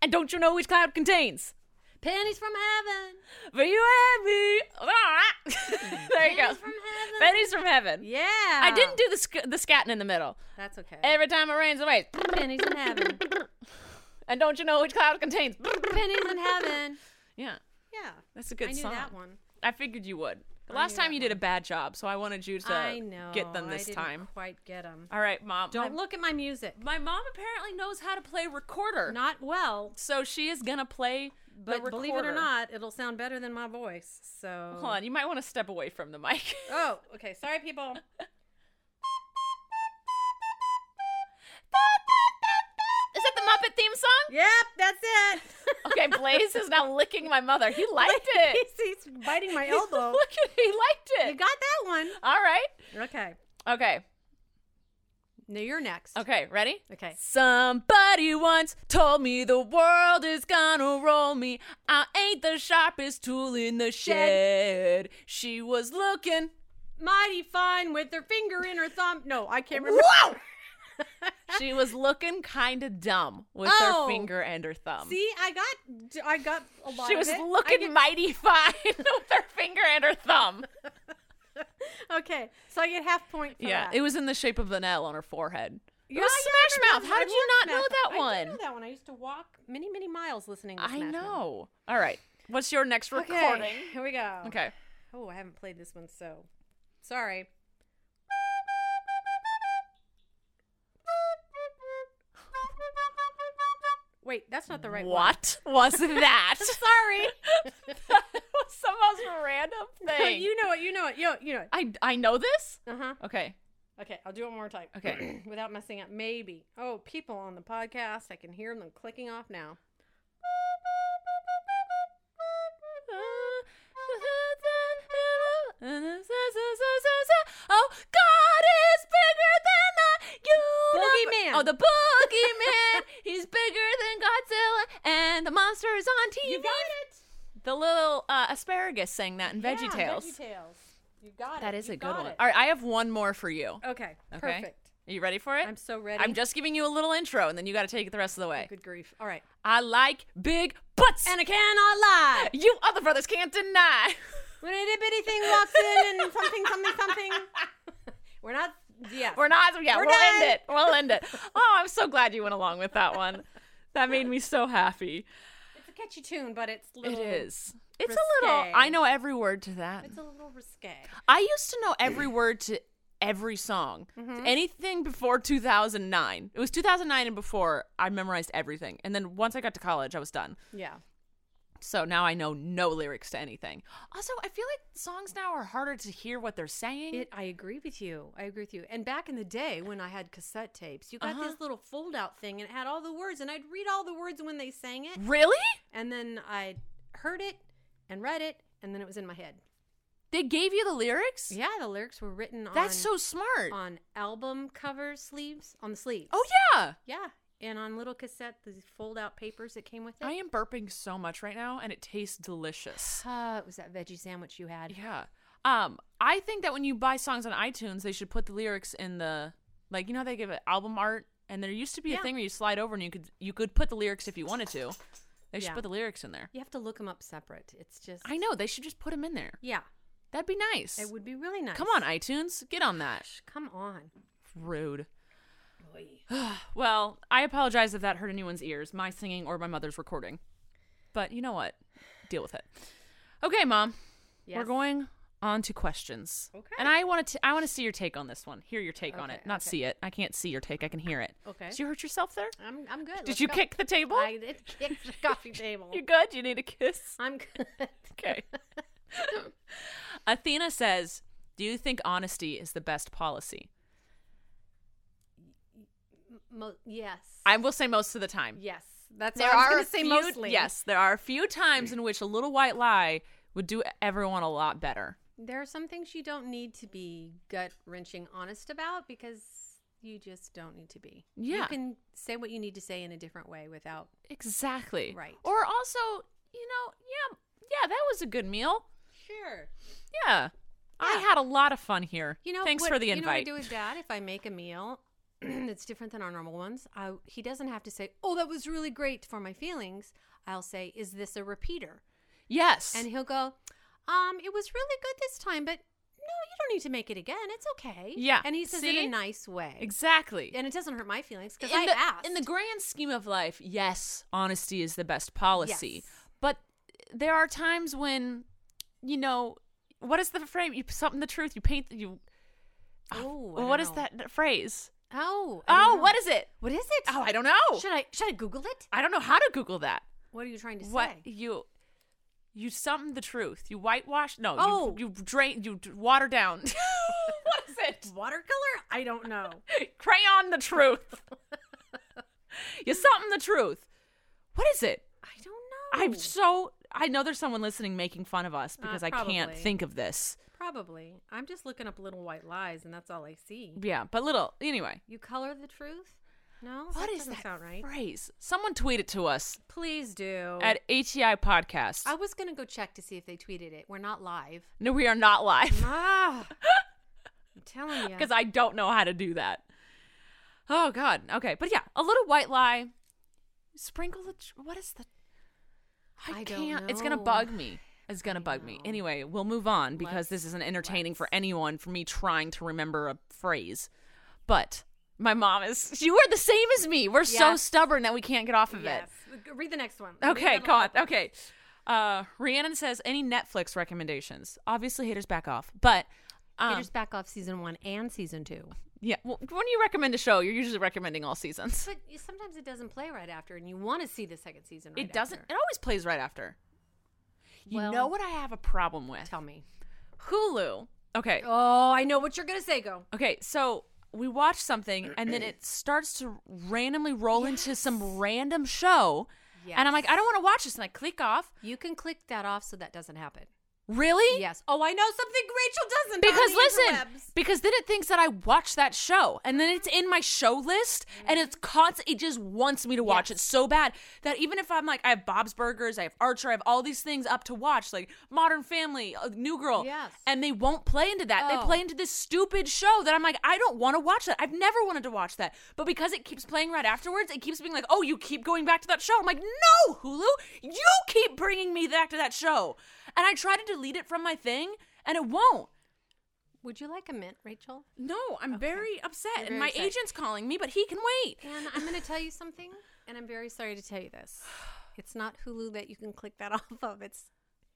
[SPEAKER 1] And don't you know which cloud contains?
[SPEAKER 2] Pennies from heaven.
[SPEAKER 1] For you and me. there you go.
[SPEAKER 2] Pennies from heaven.
[SPEAKER 1] Pennies from heaven.
[SPEAKER 2] Yeah.
[SPEAKER 1] I didn't do the sc- the scatting in the middle.
[SPEAKER 2] That's okay.
[SPEAKER 1] Every time it rains, it rains.
[SPEAKER 2] Pennies in heaven.
[SPEAKER 1] And don't you know which cloud contains?
[SPEAKER 2] Pennies in heaven.
[SPEAKER 1] Yeah,
[SPEAKER 2] Yeah.
[SPEAKER 1] that's a good
[SPEAKER 2] I knew
[SPEAKER 1] song.
[SPEAKER 2] that one.
[SPEAKER 1] I figured you would. The last time you did a bad job, so I wanted you to
[SPEAKER 2] I know.
[SPEAKER 1] get them
[SPEAKER 2] I
[SPEAKER 1] this
[SPEAKER 2] didn't
[SPEAKER 1] time.
[SPEAKER 2] Quite get them.
[SPEAKER 1] All right, mom.
[SPEAKER 2] Don't
[SPEAKER 1] My-
[SPEAKER 2] look at my music.
[SPEAKER 1] My mom apparently knows how to play recorder,
[SPEAKER 2] Not well,
[SPEAKER 1] so she is gonna play.
[SPEAKER 2] but
[SPEAKER 1] the
[SPEAKER 2] believe it or
[SPEAKER 1] recorder.
[SPEAKER 2] not, it'll sound better than my voice. So.
[SPEAKER 1] hold on. You might want to step away from the mic.
[SPEAKER 2] Oh, okay. Sorry, people.
[SPEAKER 1] Is that the Muppet theme song?
[SPEAKER 2] Yep, that's it.
[SPEAKER 1] Okay, Blaze is now licking my mother. He liked it.
[SPEAKER 2] he's, he's biting my
[SPEAKER 1] Look
[SPEAKER 2] elbow.
[SPEAKER 1] at he
[SPEAKER 2] you
[SPEAKER 1] liked it.
[SPEAKER 2] got that one.
[SPEAKER 1] All right.
[SPEAKER 2] Okay.
[SPEAKER 1] Okay.
[SPEAKER 2] Now you're next.
[SPEAKER 1] Okay. Ready?
[SPEAKER 2] Okay.
[SPEAKER 1] Somebody once told me the world is gonna roll me. I ain't the sharpest tool in the shed. She was looking.
[SPEAKER 2] Mighty fine with her finger in her thumb. No, I can't remember.
[SPEAKER 1] Whoa! she was looking kind of dumb with
[SPEAKER 2] Oh.
[SPEAKER 1] her finger and her thumb.
[SPEAKER 2] See, I got, I got a lot.
[SPEAKER 1] she
[SPEAKER 2] of
[SPEAKER 1] was
[SPEAKER 2] it. I
[SPEAKER 1] looking
[SPEAKER 2] get-
[SPEAKER 1] mighty fine with her finger and her thumb.
[SPEAKER 2] okay, so I get half point. For
[SPEAKER 1] Yeah,
[SPEAKER 2] that.
[SPEAKER 3] It was in the shape of an L on her forehead.
[SPEAKER 2] Yeah,
[SPEAKER 1] was
[SPEAKER 2] yeah,
[SPEAKER 1] Smash
[SPEAKER 2] I remember.
[SPEAKER 1] Mouth. How
[SPEAKER 2] I
[SPEAKER 1] did you
[SPEAKER 2] love
[SPEAKER 1] not know
[SPEAKER 2] Smash
[SPEAKER 1] that
[SPEAKER 2] Mouth. I
[SPEAKER 1] one?
[SPEAKER 2] did know that one. I used to walk many, many miles listening. to
[SPEAKER 1] I
[SPEAKER 2] Smash Mouth.
[SPEAKER 1] know. All right. What's your next recording?
[SPEAKER 2] Okay, here we go.
[SPEAKER 1] Okay.
[SPEAKER 2] Oh, I haven't played this one, so sorry. Wait, that's not the right one.
[SPEAKER 1] What was that?
[SPEAKER 2] Sorry.
[SPEAKER 1] that was the most random
[SPEAKER 2] No,
[SPEAKER 1] thing.
[SPEAKER 2] you know it. You know it. You know, you know it.
[SPEAKER 1] I I know this.
[SPEAKER 2] Uh huh.
[SPEAKER 1] Okay.
[SPEAKER 2] Okay, I'll do it one more time.
[SPEAKER 1] Okay.
[SPEAKER 2] Without messing up, maybe. Oh, people on the podcast, I can hear them clicking off now.
[SPEAKER 1] Oh, God is bigger than the
[SPEAKER 2] Boogeyman.
[SPEAKER 1] universe. Oh, the boogeyman. He's bigger than Godzilla, and the monster is on TV.
[SPEAKER 2] it.
[SPEAKER 1] The little uh, asparagus sang that in Veggie Tales.
[SPEAKER 2] VeggieTales. You got
[SPEAKER 1] That
[SPEAKER 2] it.
[SPEAKER 1] is
[SPEAKER 2] You
[SPEAKER 1] a good
[SPEAKER 2] got
[SPEAKER 1] one.
[SPEAKER 2] it.
[SPEAKER 1] All right, I have one more for you.
[SPEAKER 2] Okay,
[SPEAKER 1] Okay.
[SPEAKER 2] perfect.
[SPEAKER 1] Are you ready for it?
[SPEAKER 2] I'm so ready.
[SPEAKER 1] I'm just giving you a little intro, and then you got to take it the rest of the way.
[SPEAKER 2] good grief. All right.
[SPEAKER 1] I like big butts.
[SPEAKER 2] And I cannot lie.
[SPEAKER 1] you other brothers can't deny.
[SPEAKER 2] When an itty bitty thing walks in and something, something, something. We're not. Yes.
[SPEAKER 1] We're not. Yeah,
[SPEAKER 2] We're
[SPEAKER 1] we'll
[SPEAKER 2] done.
[SPEAKER 1] end it. We'll end it. Oh, I'm so glad you went along with that one. That made me so happy.
[SPEAKER 2] It's a catchy tune, but it's
[SPEAKER 1] It
[SPEAKER 2] little,
[SPEAKER 1] is. It's a
[SPEAKER 2] Oh, risque.
[SPEAKER 1] little. I know every word to that.
[SPEAKER 2] It's a little risque.
[SPEAKER 1] I used to know every word to every song.
[SPEAKER 2] Mm-hmm.
[SPEAKER 1] Anything before 2009. It was 2009 and before I memorized everything. And then once I got to college, I was done.
[SPEAKER 2] Yeah.
[SPEAKER 4] So now I know no lyrics to anything. Also, I feel like songs now are harder to hear what they're saying.
[SPEAKER 2] It, I agree with you. I agree with you. And back in the day when I had cassette tapes, you got
[SPEAKER 1] Uh-huh.
[SPEAKER 2] this little fold out thing and it had all the words, and I'd read all the words when they sang it,
[SPEAKER 4] really?
[SPEAKER 2] and then I heard it and read it, and then it was in my head.
[SPEAKER 1] They gave you the lyrics?
[SPEAKER 2] Yeah, the lyrics were written on
[SPEAKER 1] That's so smart.
[SPEAKER 2] on album cover sleeves, on the sleeves.
[SPEAKER 1] oh, yeah.
[SPEAKER 2] yeah. And on little cassette, these fold out papers that came with it.
[SPEAKER 1] I am burping so much right now and it tastes delicious.
[SPEAKER 2] Uh, it was that veggie sandwich you had.
[SPEAKER 1] Yeah. Um, I think that when you buy songs on iTunes, they should put the lyrics in the like you know how they give it album art and there used to be a
[SPEAKER 2] Yeah.
[SPEAKER 1] thing where you slide over and you could you could put the lyrics if you wanted to. They should
[SPEAKER 2] Yeah.
[SPEAKER 1] put the lyrics in there.
[SPEAKER 2] You have to look them up separate. It's just.
[SPEAKER 1] I know, they should just put them in there.
[SPEAKER 2] Yeah.
[SPEAKER 1] That'd be nice.
[SPEAKER 2] It would be really nice.
[SPEAKER 1] Come on, iTunes, get on that.
[SPEAKER 2] Come on.
[SPEAKER 1] Rude. well, I apologize if that hurt anyone's ears, my singing or my mother's recording. But you know what? Deal with it. Okay, mom. We're
[SPEAKER 2] Yes.
[SPEAKER 1] going on to questions.
[SPEAKER 2] Okay.
[SPEAKER 1] And I want to I want to see your take on this one. Hear your take on it.
[SPEAKER 2] Okay,
[SPEAKER 1] Not
[SPEAKER 2] okay.
[SPEAKER 1] see it. I can't see your take. I can hear it.
[SPEAKER 2] Okay.
[SPEAKER 1] Did you hurt yourself there?
[SPEAKER 2] I'm, I'm good.
[SPEAKER 1] Did
[SPEAKER 2] Let's
[SPEAKER 1] you
[SPEAKER 2] go.
[SPEAKER 1] kick the table?
[SPEAKER 2] I did kick the coffee table.
[SPEAKER 1] You're good. You need a kiss.
[SPEAKER 2] I'm good.
[SPEAKER 1] Okay. Athena says, "Do you think honesty is the best policy?"
[SPEAKER 2] Mo- yes.
[SPEAKER 1] I will say most of the time.
[SPEAKER 2] yes. That's
[SPEAKER 1] There
[SPEAKER 2] what I
[SPEAKER 1] are a
[SPEAKER 2] was going to say
[SPEAKER 1] few-
[SPEAKER 2] mostly.
[SPEAKER 1] Yes, there are a few times in which a little white lie would do everyone a lot better.
[SPEAKER 2] There are some things you don't need to be gut wrenching honest about because you just don't need to be.
[SPEAKER 1] Yeah.
[SPEAKER 2] You can say what you need to say in a different way without.
[SPEAKER 1] Exactly.
[SPEAKER 2] Right.
[SPEAKER 1] Or also, you know, yeah, yeah, that was a good meal.
[SPEAKER 2] Sure.
[SPEAKER 1] Yeah. I
[SPEAKER 2] Yeah.
[SPEAKER 1] had a lot of fun here.
[SPEAKER 2] You know,
[SPEAKER 1] thanks
[SPEAKER 2] what-
[SPEAKER 1] for the
[SPEAKER 2] You know what I
[SPEAKER 1] invite.
[SPEAKER 2] do with dad if I make a meal that's different than our normal ones? I, he doesn't have to say, oh, that was really great for my feelings. I'll say, is this a repeater?
[SPEAKER 1] yes.
[SPEAKER 2] And he'll go, um, it was really good this time, but no, you don't need to make it again. It's okay.
[SPEAKER 1] Yeah.
[SPEAKER 2] And he says it
[SPEAKER 1] See?
[SPEAKER 2] in a nice way.
[SPEAKER 1] exactly.
[SPEAKER 2] And it doesn't hurt my feelings because
[SPEAKER 1] in
[SPEAKER 2] I
[SPEAKER 1] the,
[SPEAKER 2] asked.
[SPEAKER 1] in the grand scheme of life, yes, honesty is the best policy.
[SPEAKER 2] Yes.
[SPEAKER 1] But there are times when, you know, what is the frame? You something the truth. You paint. You.
[SPEAKER 2] Oh, I
[SPEAKER 1] what
[SPEAKER 2] don't
[SPEAKER 1] is
[SPEAKER 2] know.
[SPEAKER 1] that that phrase?
[SPEAKER 2] Oh. I don't
[SPEAKER 1] Oh,
[SPEAKER 2] know.
[SPEAKER 1] what is it?
[SPEAKER 2] What is it?
[SPEAKER 1] Oh, I don't know.
[SPEAKER 2] Should I should I Google it?
[SPEAKER 1] I don't know how to Google that.
[SPEAKER 2] What are you trying to
[SPEAKER 1] What
[SPEAKER 2] say?
[SPEAKER 1] you you summed the truth. You whitewash. No.
[SPEAKER 2] Oh.
[SPEAKER 1] You, you drain. You d- water down. what is it?
[SPEAKER 2] Watercolor? I don't know.
[SPEAKER 1] Crayon the truth. you something the truth. What is it?
[SPEAKER 2] I don't know.
[SPEAKER 1] I'm so. I know there's someone listening making fun of us because I can't
[SPEAKER 2] Uh, probably.
[SPEAKER 1] think of this.
[SPEAKER 2] probably. I'm just looking up little white lies, and that's all I see.
[SPEAKER 1] Yeah, but little anyway.
[SPEAKER 2] You color the truth? No.
[SPEAKER 1] What
[SPEAKER 2] that
[SPEAKER 1] is
[SPEAKER 2] doesn't
[SPEAKER 1] that
[SPEAKER 2] sound right?
[SPEAKER 1] phrase? Someone tweet it to us
[SPEAKER 2] Please do.
[SPEAKER 1] at ATI Podcast.
[SPEAKER 2] I was gonna go check to see if they tweeted it. We're not live.
[SPEAKER 1] no, we are not live
[SPEAKER 2] Ah. I'm telling you.
[SPEAKER 1] because I don't know how to do that. Oh God. Okay, but yeah, a little white lie. Sprinkle the. tr- What is the? I,
[SPEAKER 2] I don't
[SPEAKER 1] can't. It's gonna
[SPEAKER 2] know.
[SPEAKER 1] bug me. It's gonna bug me.
[SPEAKER 2] know.
[SPEAKER 1] Anyway, we'll move on because this isn't entertaining for
[SPEAKER 2] let's-
[SPEAKER 1] anyone. For me trying to remember a phrase, but my mom is. You are the same as me. We're so
[SPEAKER 2] Yes.
[SPEAKER 1] stubborn that we can't get off of
[SPEAKER 2] yes. Read the next one.
[SPEAKER 1] it. Okay,
[SPEAKER 2] Read the
[SPEAKER 1] God. Okay. Uh, Rhiannon says any Netflix recommendations. Obviously, haters back off. But um,
[SPEAKER 2] Haters back off season one and season two.
[SPEAKER 1] yeah, well, when you recommend a show, you're usually recommending all seasons.
[SPEAKER 2] But you- sometimes it doesn't play right after, and you want to see the second season. Right
[SPEAKER 1] It doesn't.
[SPEAKER 2] after.
[SPEAKER 1] It always plays right after. You
[SPEAKER 2] Well-
[SPEAKER 1] know what I have a problem with?
[SPEAKER 2] Tell me.
[SPEAKER 1] Hulu. Okay.
[SPEAKER 2] Oh, I know what you're gonna say. Go.
[SPEAKER 1] Okay. So we watch something and then it starts to randomly roll into some random show. And I'm like, I don't want to watch this. And I click off.
[SPEAKER 2] You can click that off so that doesn't happen.
[SPEAKER 1] Really?
[SPEAKER 2] Yes. Oh, I know something Rachel doesn't. on
[SPEAKER 1] Because
[SPEAKER 2] the
[SPEAKER 1] listen,
[SPEAKER 2] interwebs.
[SPEAKER 1] because then it thinks that I watched that show and then it's in my show list and it's
[SPEAKER 2] Mm-hmm.
[SPEAKER 1] constant. It just wants me to watch it so bad that even if I'm like, I have Bob's Burgers, I have Archer, I have all these things up to watch, like Modern Family, uh, New Girl.
[SPEAKER 2] Yes.
[SPEAKER 1] And they won't play into that. They
[SPEAKER 2] Oh.
[SPEAKER 1] play into this stupid show that I'm like, I don't want to watch that. I've never wanted to watch that. But because it keeps playing right afterwards, it keeps being like, oh, you keep going back to that show. I'm like, no, Hulu, you keep bringing me back to that show. And I try to delete it from my thing and it won't.
[SPEAKER 2] Would you like a mint, Rachel?
[SPEAKER 1] No, I'm very upset.
[SPEAKER 2] You're
[SPEAKER 1] and
[SPEAKER 2] very
[SPEAKER 1] my
[SPEAKER 2] upset.
[SPEAKER 1] agent's calling me, but he can wait.
[SPEAKER 2] And I'm gonna tell you something, and I'm very sorry to tell you this. It's not Hulu that you can click that off of. It's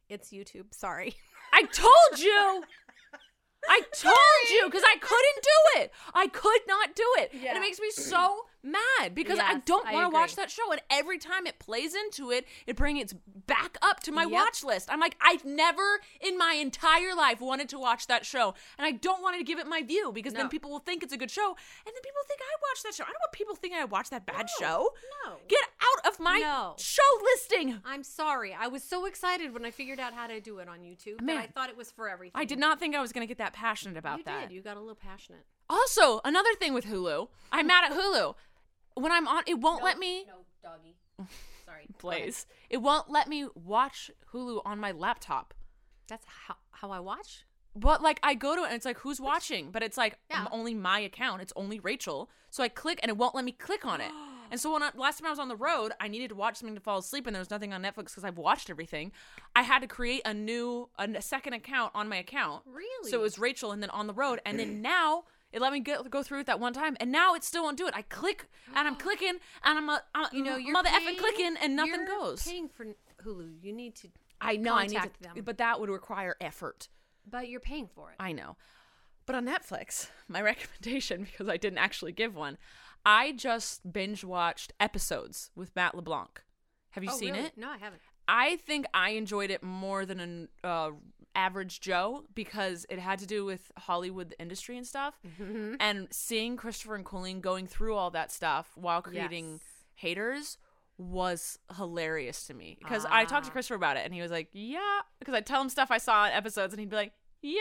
[SPEAKER 2] it's YouTube. Sorry.
[SPEAKER 1] I told you. I told you because I couldn't do it. I could not do it. And
[SPEAKER 2] Yeah.
[SPEAKER 1] it makes me so mad because I
[SPEAKER 2] Yes,
[SPEAKER 1] don't
[SPEAKER 2] I
[SPEAKER 1] want to watch
[SPEAKER 2] agree.
[SPEAKER 1] that show. And every time it plays into it, it brings it back up to my
[SPEAKER 2] Yep.
[SPEAKER 1] watch list. I'm like, I've never in my entire life wanted to watch that show. And I don't want to give it my view because then
[SPEAKER 2] No.
[SPEAKER 1] people will think it's a good show. And then people think I watched that show. I don't want people thinking I watched that bad show.
[SPEAKER 2] no.
[SPEAKER 1] Get out of my
[SPEAKER 2] No.
[SPEAKER 1] show listing.
[SPEAKER 2] I'm sorry. I was so excited when I figured out how to do it on YouTube
[SPEAKER 1] Man.
[SPEAKER 2] that I thought it was for everything.
[SPEAKER 1] I did not think I was going to get that passionate about
[SPEAKER 2] You
[SPEAKER 1] that.
[SPEAKER 2] did. You got a little passionate.
[SPEAKER 1] Also, another thing with Hulu, I'm mad at Hulu. When I'm on, it won't let me.
[SPEAKER 2] No, doggy. Sorry.
[SPEAKER 1] Plays. It won't let me watch Hulu on my laptop.
[SPEAKER 2] That's how, how I watch.
[SPEAKER 1] But like I go to it and it's like who's watching, but it's like
[SPEAKER 2] Yeah.
[SPEAKER 1] only my account. It's only Rachel. So I click and it won't let me click on it. And so when I, last time I was on the road, I needed to watch something to fall asleep, and there was nothing on Netflix because I've watched everything. I had to create a new a, n- a second account on my account.
[SPEAKER 2] Really?
[SPEAKER 1] So it was Rachel, and then on the road, and then now it let me go, go through it that one time, and now it still won't do it. I click and I'm clicking and I'm a, I'm you know mother effing
[SPEAKER 2] paying-
[SPEAKER 1] clicking and nothing
[SPEAKER 2] you're
[SPEAKER 1] goes.
[SPEAKER 2] Paying for Hulu, you need to.
[SPEAKER 1] I know I need
[SPEAKER 2] contact
[SPEAKER 1] to,
[SPEAKER 2] them.
[SPEAKER 1] but that would require effort.
[SPEAKER 2] But you're paying for it.
[SPEAKER 1] I know. But on Netflix, my recommendation, because I didn't actually give one, I just binge watched episodes with Matt LeBlanc. Have you
[SPEAKER 2] Oh,
[SPEAKER 1] seen
[SPEAKER 2] really?
[SPEAKER 1] it?
[SPEAKER 2] No, I haven't.
[SPEAKER 1] I think I enjoyed it more than an uh, average Joe because it had to do with Hollywood the industry and stuff.
[SPEAKER 2] Mm-hmm.
[SPEAKER 1] And seeing Christopher and Colleen going through all that stuff while creating
[SPEAKER 2] Yes.
[SPEAKER 1] haters was hilarious to me because I talked to
[SPEAKER 2] Ah.
[SPEAKER 1] Christopher about it and he was like, "Yeah," because I tell him stuff I saw in episodes and he'd be like, "Yeah."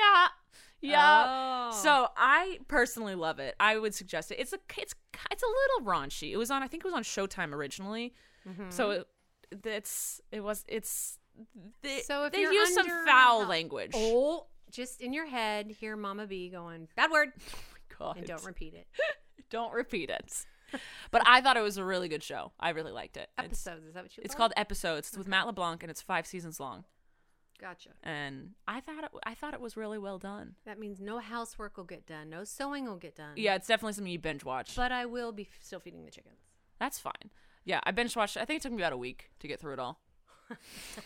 [SPEAKER 1] Yeah.
[SPEAKER 2] Oh.
[SPEAKER 1] So I personally love it. I would suggest it. It's a it's it's a little raunchy. It was on I think it was on Showtime originally. So
[SPEAKER 2] Mm-hmm.
[SPEAKER 1] it that's it was it's they,
[SPEAKER 2] So if
[SPEAKER 1] they
[SPEAKER 2] you're
[SPEAKER 1] use some
[SPEAKER 2] under- uh,
[SPEAKER 1] foul language.
[SPEAKER 2] Oh, just in your head, hear Mama B going, bad word,
[SPEAKER 1] God.
[SPEAKER 2] and don't repeat it.
[SPEAKER 1] Don't repeat it. but I thought it was a really good show. I really liked it. It's-
[SPEAKER 2] Episodes, is that what you
[SPEAKER 1] It's
[SPEAKER 2] call
[SPEAKER 1] called
[SPEAKER 2] it?
[SPEAKER 1] Episodes. It's with Matt LeBlanc and it's 5 seasons long.
[SPEAKER 2] Gotcha.
[SPEAKER 1] And I thought it, I thought it was really well done.
[SPEAKER 2] That means no housework will get done, no sewing will get done.
[SPEAKER 1] Yeah, it's definitely something you binge watch.
[SPEAKER 2] But I will be f- still feeding the chickens.
[SPEAKER 1] That's fine. Yeah, I binge watched. I think it took me about a week to get through it all.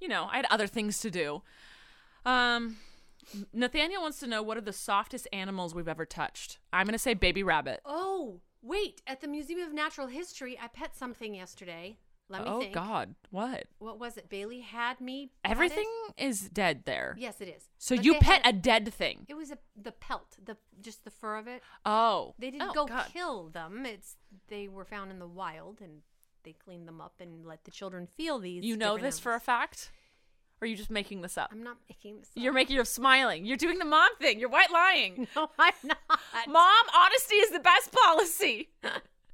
[SPEAKER 1] you know, I had other things to do. Um, Nathaniel wants to know what are the softest animals we've ever touched. I'm gonna say baby rabbit.
[SPEAKER 2] Oh, wait. At the Museum of Natural History, I pet something yesterday. Let me
[SPEAKER 1] oh
[SPEAKER 2] think.
[SPEAKER 1] God, what?
[SPEAKER 2] What was it? Bailey had me. pet it?
[SPEAKER 1] Everything is dead there.
[SPEAKER 2] Yes, it is.
[SPEAKER 1] So
[SPEAKER 2] But
[SPEAKER 1] you
[SPEAKER 2] they
[SPEAKER 1] pet
[SPEAKER 2] had-
[SPEAKER 1] a dead thing.
[SPEAKER 2] It was a, the pelt, the just the fur of it.
[SPEAKER 1] Oh,
[SPEAKER 2] They didn't
[SPEAKER 1] Oh,
[SPEAKER 2] go
[SPEAKER 1] God.
[SPEAKER 2] kill them. It's they were found in the wild and they cleaned them up and let the children feel these.
[SPEAKER 1] You know
[SPEAKER 2] different
[SPEAKER 1] this for a
[SPEAKER 2] animals.
[SPEAKER 1] fact? Or are you just making this up?
[SPEAKER 2] I'm not making this.
[SPEAKER 1] You're
[SPEAKER 2] up.
[SPEAKER 1] making. You're smiling. You're doing the mom thing. You're white lying.
[SPEAKER 2] No, I'm not.
[SPEAKER 1] Mom, honesty is the best policy.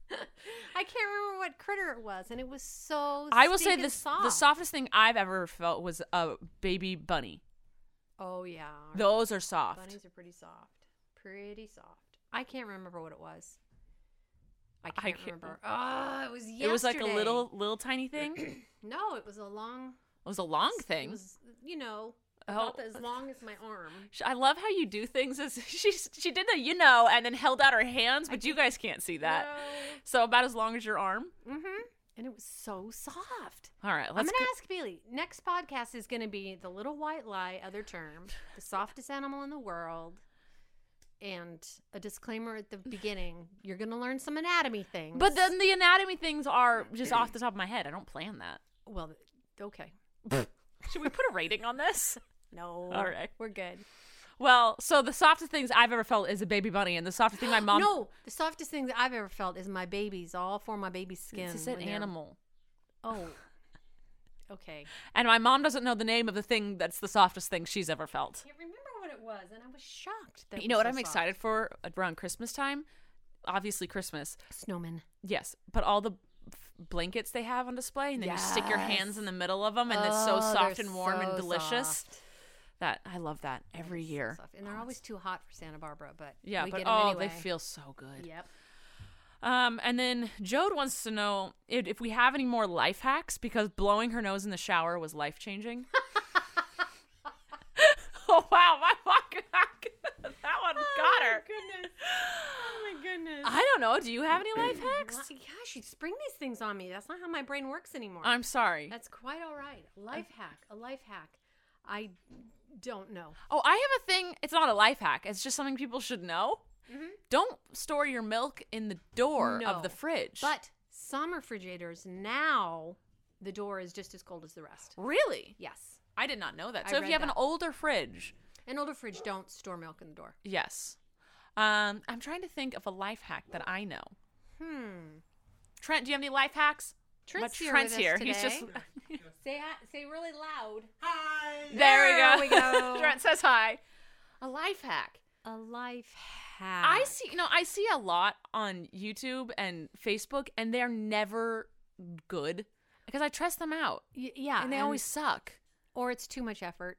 [SPEAKER 2] I can't remember what critter it was, and it was so.
[SPEAKER 1] I will say
[SPEAKER 2] stinking
[SPEAKER 1] this:
[SPEAKER 2] soft.
[SPEAKER 1] the softest thing I've ever felt was a baby bunny.
[SPEAKER 2] Oh yeah, our
[SPEAKER 1] Those are soft.
[SPEAKER 2] bunnies are pretty soft. Pretty soft. I can't remember what it was. I can't,
[SPEAKER 1] can't-
[SPEAKER 2] remember. Oh, it was yesterday.
[SPEAKER 1] it was like a little, little tiny thing. It
[SPEAKER 2] No, it was a long
[SPEAKER 1] was a long thing.
[SPEAKER 2] It was, you know,
[SPEAKER 1] Oh.
[SPEAKER 2] about as long as my arm.
[SPEAKER 1] Sh- I love how you do things. As she she did a you know, and then held out her hands, but you guys can't see that. So about as long as your arm.
[SPEAKER 2] Mm-hmm. And it was so soft.
[SPEAKER 1] All right,
[SPEAKER 2] I'm
[SPEAKER 1] let's.
[SPEAKER 2] gonna
[SPEAKER 1] go-
[SPEAKER 2] ask Bailey. Next podcast is gonna be the little white lie, other term, the softest animal in the world, and a disclaimer at the beginning. You're gonna learn some anatomy things.
[SPEAKER 1] but then the anatomy things are just off the top of my head. I don't plan that.
[SPEAKER 2] well, th- okay,
[SPEAKER 1] Should we put a rating on this?
[SPEAKER 2] no,
[SPEAKER 1] All right.
[SPEAKER 2] we're good.
[SPEAKER 1] Well, so the softest things I've ever felt is a baby bunny, and the softest thing my mom.
[SPEAKER 2] no, the softest thing that I've ever felt is my babies, all for my baby's skin.
[SPEAKER 1] it's just an
[SPEAKER 2] when they're-
[SPEAKER 1] animal.
[SPEAKER 2] Oh, okay.
[SPEAKER 1] And my mom doesn't know the name of the thing that's the softest thing she's ever felt.
[SPEAKER 2] can't remember what it was, and I was shocked. That
[SPEAKER 1] you know what I'm excited for around Christmas time? Obviously Christmas.
[SPEAKER 2] Snowman.
[SPEAKER 1] Yes, but all the f- blankets they have on display and then you stick your hands in the middle of them and it's so
[SPEAKER 2] Oh,
[SPEAKER 1] soft
[SPEAKER 2] they're
[SPEAKER 1] and warm and
[SPEAKER 2] so
[SPEAKER 1] delicious.
[SPEAKER 2] soft.
[SPEAKER 1] That I love that every year.
[SPEAKER 2] Stuff. And they're always too hot for Santa Barbara, but
[SPEAKER 1] Yeah,
[SPEAKER 2] we
[SPEAKER 1] but
[SPEAKER 2] get 'em
[SPEAKER 1] oh, they
[SPEAKER 2] anyway.
[SPEAKER 1] feel so good.
[SPEAKER 2] Yep.
[SPEAKER 1] Um, and then Jode wants to know if, if we have any more life hacks because blowing her nose in the shower was life changing. oh wow, my walk that one got her.
[SPEAKER 2] Oh Goodness. Oh my goodness.
[SPEAKER 1] I don't know. Do you have any life hacks?
[SPEAKER 2] gosh, you spring these things on me. That's not how my brain works anymore.
[SPEAKER 1] I'm sorry.
[SPEAKER 2] That's quite all right. Life hack. A life hack. I don't know.
[SPEAKER 1] Oh, I have a thing. It's not a life hack. It's just something people should know. Don't store your milk in the door
[SPEAKER 2] Mm-hmm. No.
[SPEAKER 1] of the fridge.
[SPEAKER 2] But some refrigerators now, the door is just as cold as the rest.
[SPEAKER 1] really,
[SPEAKER 2] Yes.
[SPEAKER 1] I did not know that.
[SPEAKER 2] I
[SPEAKER 1] So if
[SPEAKER 2] read
[SPEAKER 1] you have an
[SPEAKER 2] that.
[SPEAKER 1] older fridge,
[SPEAKER 2] An older fridge don't store milk in the door.
[SPEAKER 1] yes. Um, I'm trying to think of a life hack that I know.
[SPEAKER 2] Hmm.
[SPEAKER 1] Trent, do you have any life hacks?
[SPEAKER 2] Trent's
[SPEAKER 1] But
[SPEAKER 2] here
[SPEAKER 1] Trent's
[SPEAKER 2] with us
[SPEAKER 1] here. He's
[SPEAKER 2] today.
[SPEAKER 1] just
[SPEAKER 2] Say hi, say really loud.
[SPEAKER 1] there.
[SPEAKER 2] There
[SPEAKER 1] We
[SPEAKER 2] we
[SPEAKER 1] go.
[SPEAKER 2] go.
[SPEAKER 1] Trent says hi. A life hack.
[SPEAKER 2] A life hack.
[SPEAKER 1] I see, you know, I see a lot on YouTube and Facebook, and they're never good because I trust them out,
[SPEAKER 2] Y- yeah,
[SPEAKER 1] and they always suck.
[SPEAKER 2] or it's too much effort,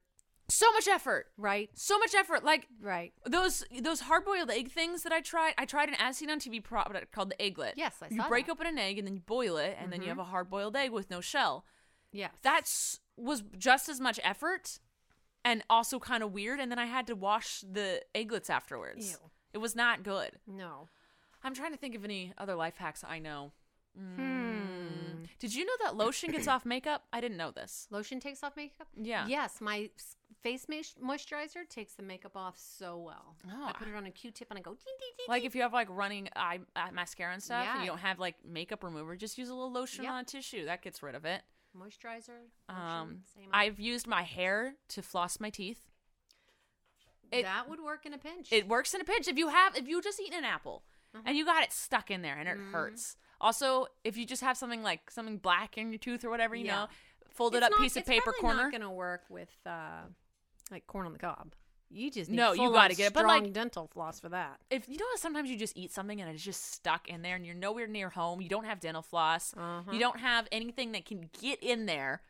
[SPEAKER 1] So much effort,
[SPEAKER 2] right?
[SPEAKER 1] so much effort. Like
[SPEAKER 2] Right.
[SPEAKER 1] those those hard boiled egg things that I tried. I tried an as seen on TV product called the egglet.
[SPEAKER 2] Yes, I
[SPEAKER 1] you
[SPEAKER 2] saw
[SPEAKER 1] break
[SPEAKER 2] that. Mm-hmm.
[SPEAKER 1] open an egg and then you boil it, and then you have a hard boiled egg with no shell.
[SPEAKER 2] Yes.
[SPEAKER 1] That's was just as much effort, and also kind of weird. And then I had to wash the egglets afterwards.
[SPEAKER 2] Ew.
[SPEAKER 1] It was not good.
[SPEAKER 2] no.
[SPEAKER 1] I'm trying to think of any other life hacks I know.
[SPEAKER 2] Hmm.
[SPEAKER 1] Did you know that lotion gets off makeup? I didn't know this.
[SPEAKER 2] Lotion takes off makeup.
[SPEAKER 1] Yeah.
[SPEAKER 2] Yes, my s- face ma- moisturizer takes the makeup off so well.
[SPEAKER 1] Oh.
[SPEAKER 2] I put it on a Q-tip and I go. Ding, ding, ding,
[SPEAKER 1] Like if you have like running eye uh, mascara and stuff, and you
[SPEAKER 2] Yeah.
[SPEAKER 1] don't have like makeup remover, just use a little lotion
[SPEAKER 2] Yep.
[SPEAKER 1] on a tissue. That gets rid of it.
[SPEAKER 2] ding. moisturizer. Lotion,
[SPEAKER 1] Um,
[SPEAKER 2] same.
[SPEAKER 1] I've used my hair to floss my teeth. it-
[SPEAKER 2] that would work in a pinch.
[SPEAKER 1] It works in a pinch. If you have, if you just eaten an apple
[SPEAKER 2] Mm-hmm.
[SPEAKER 1] and you got it stuck in there and
[SPEAKER 2] Mm.
[SPEAKER 1] it hurts. Also, if you just have something like something black in your tooth or whatever, you
[SPEAKER 2] Yeah.
[SPEAKER 1] know, folded
[SPEAKER 2] It's
[SPEAKER 1] up
[SPEAKER 2] not-
[SPEAKER 1] piece of
[SPEAKER 2] it's
[SPEAKER 1] paper
[SPEAKER 2] probably
[SPEAKER 1] corner.
[SPEAKER 2] Not gonna work with uh, like corn on the cob. You just need
[SPEAKER 1] No, you
[SPEAKER 2] full-on
[SPEAKER 1] gotta get it, but,
[SPEAKER 2] strong
[SPEAKER 1] like-
[SPEAKER 2] dental floss for that.
[SPEAKER 1] if you know how sometimes you just eat something and it's just stuck in there and you're nowhere near home you don't have dental floss
[SPEAKER 2] Uh-huh.
[SPEAKER 1] you don't have anything that can get in there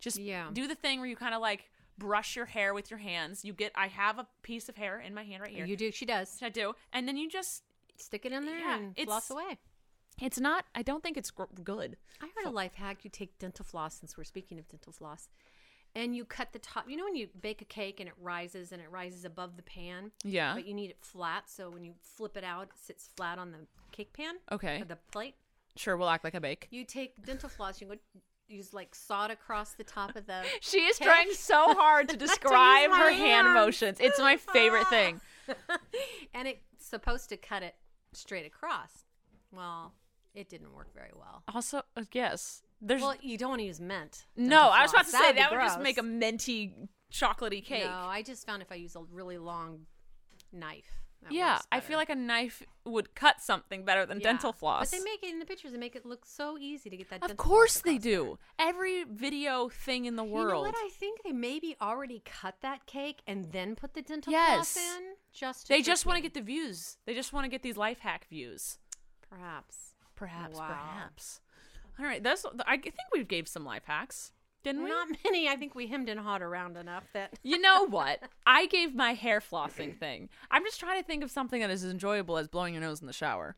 [SPEAKER 1] just
[SPEAKER 2] Yeah.
[SPEAKER 1] do the thing where you kind of like brush your hair with your hands you get i have a piece of hair in my hand right here
[SPEAKER 2] You do. She does.
[SPEAKER 1] i do and then you just
[SPEAKER 2] Stick it in there
[SPEAKER 1] Yeah,
[SPEAKER 2] and
[SPEAKER 1] it's-
[SPEAKER 2] floss away.
[SPEAKER 1] it's not i don't think it's gr- good
[SPEAKER 2] I heard a life hack. You take dental floss, since we're speaking of dental floss, and you cut the top. You know when you bake a cake and it rises and it rises above the pan?
[SPEAKER 1] Yeah.
[SPEAKER 2] But you need it flat. So when you flip it out, it sits flat on the cake pan.
[SPEAKER 1] Okay.
[SPEAKER 2] Or the plate.
[SPEAKER 1] sure we'll act like a bake
[SPEAKER 2] You take dental floss, you go use like sawed across the top of the.
[SPEAKER 1] she is
[SPEAKER 2] cake.
[SPEAKER 1] trying so hard to
[SPEAKER 2] Not
[SPEAKER 1] describe
[SPEAKER 2] use
[SPEAKER 1] her
[SPEAKER 2] my
[SPEAKER 1] hand
[SPEAKER 2] hands.
[SPEAKER 1] motions it's my favorite thing
[SPEAKER 2] and it's supposed to cut it straight across. Well, it didn't work very well.
[SPEAKER 1] also uh, yes there's
[SPEAKER 2] Well, you don't want to use mint.
[SPEAKER 1] no
[SPEAKER 2] dental
[SPEAKER 1] i was about
[SPEAKER 2] floss.
[SPEAKER 1] to say
[SPEAKER 2] be
[SPEAKER 1] that would just
[SPEAKER 2] gross.
[SPEAKER 1] make a minty chocolatey cake
[SPEAKER 2] No, I just found if I use a really long knife. that
[SPEAKER 1] Yeah,
[SPEAKER 2] works
[SPEAKER 1] I feel
[SPEAKER 2] better.
[SPEAKER 1] like a knife would cut something better than
[SPEAKER 2] Yeah.
[SPEAKER 1] dental floss.
[SPEAKER 2] But they make it in the pictures and make it look so easy to get that.
[SPEAKER 1] of
[SPEAKER 2] dental floss
[SPEAKER 1] course they
[SPEAKER 2] across there.
[SPEAKER 1] do. Every video thing in the
[SPEAKER 2] You know
[SPEAKER 1] world.
[SPEAKER 2] what? I think they maybe already cut that cake and then put the dental
[SPEAKER 1] Yes.
[SPEAKER 2] floss in. Just to
[SPEAKER 1] they
[SPEAKER 2] trick
[SPEAKER 1] just want to
[SPEAKER 2] me.
[SPEAKER 1] get the views. They just want to get these life hack views.
[SPEAKER 2] perhaps
[SPEAKER 1] Perhaps,
[SPEAKER 2] Wow.
[SPEAKER 1] perhaps. All right, that's I think we gave some life hacks. Didn't we?
[SPEAKER 2] not many. I think we hemmed and hawed around enough that
[SPEAKER 1] you know what? I gave my hair flossing thing. I'm just trying to think of something that is as enjoyable as blowing your nose in the shower.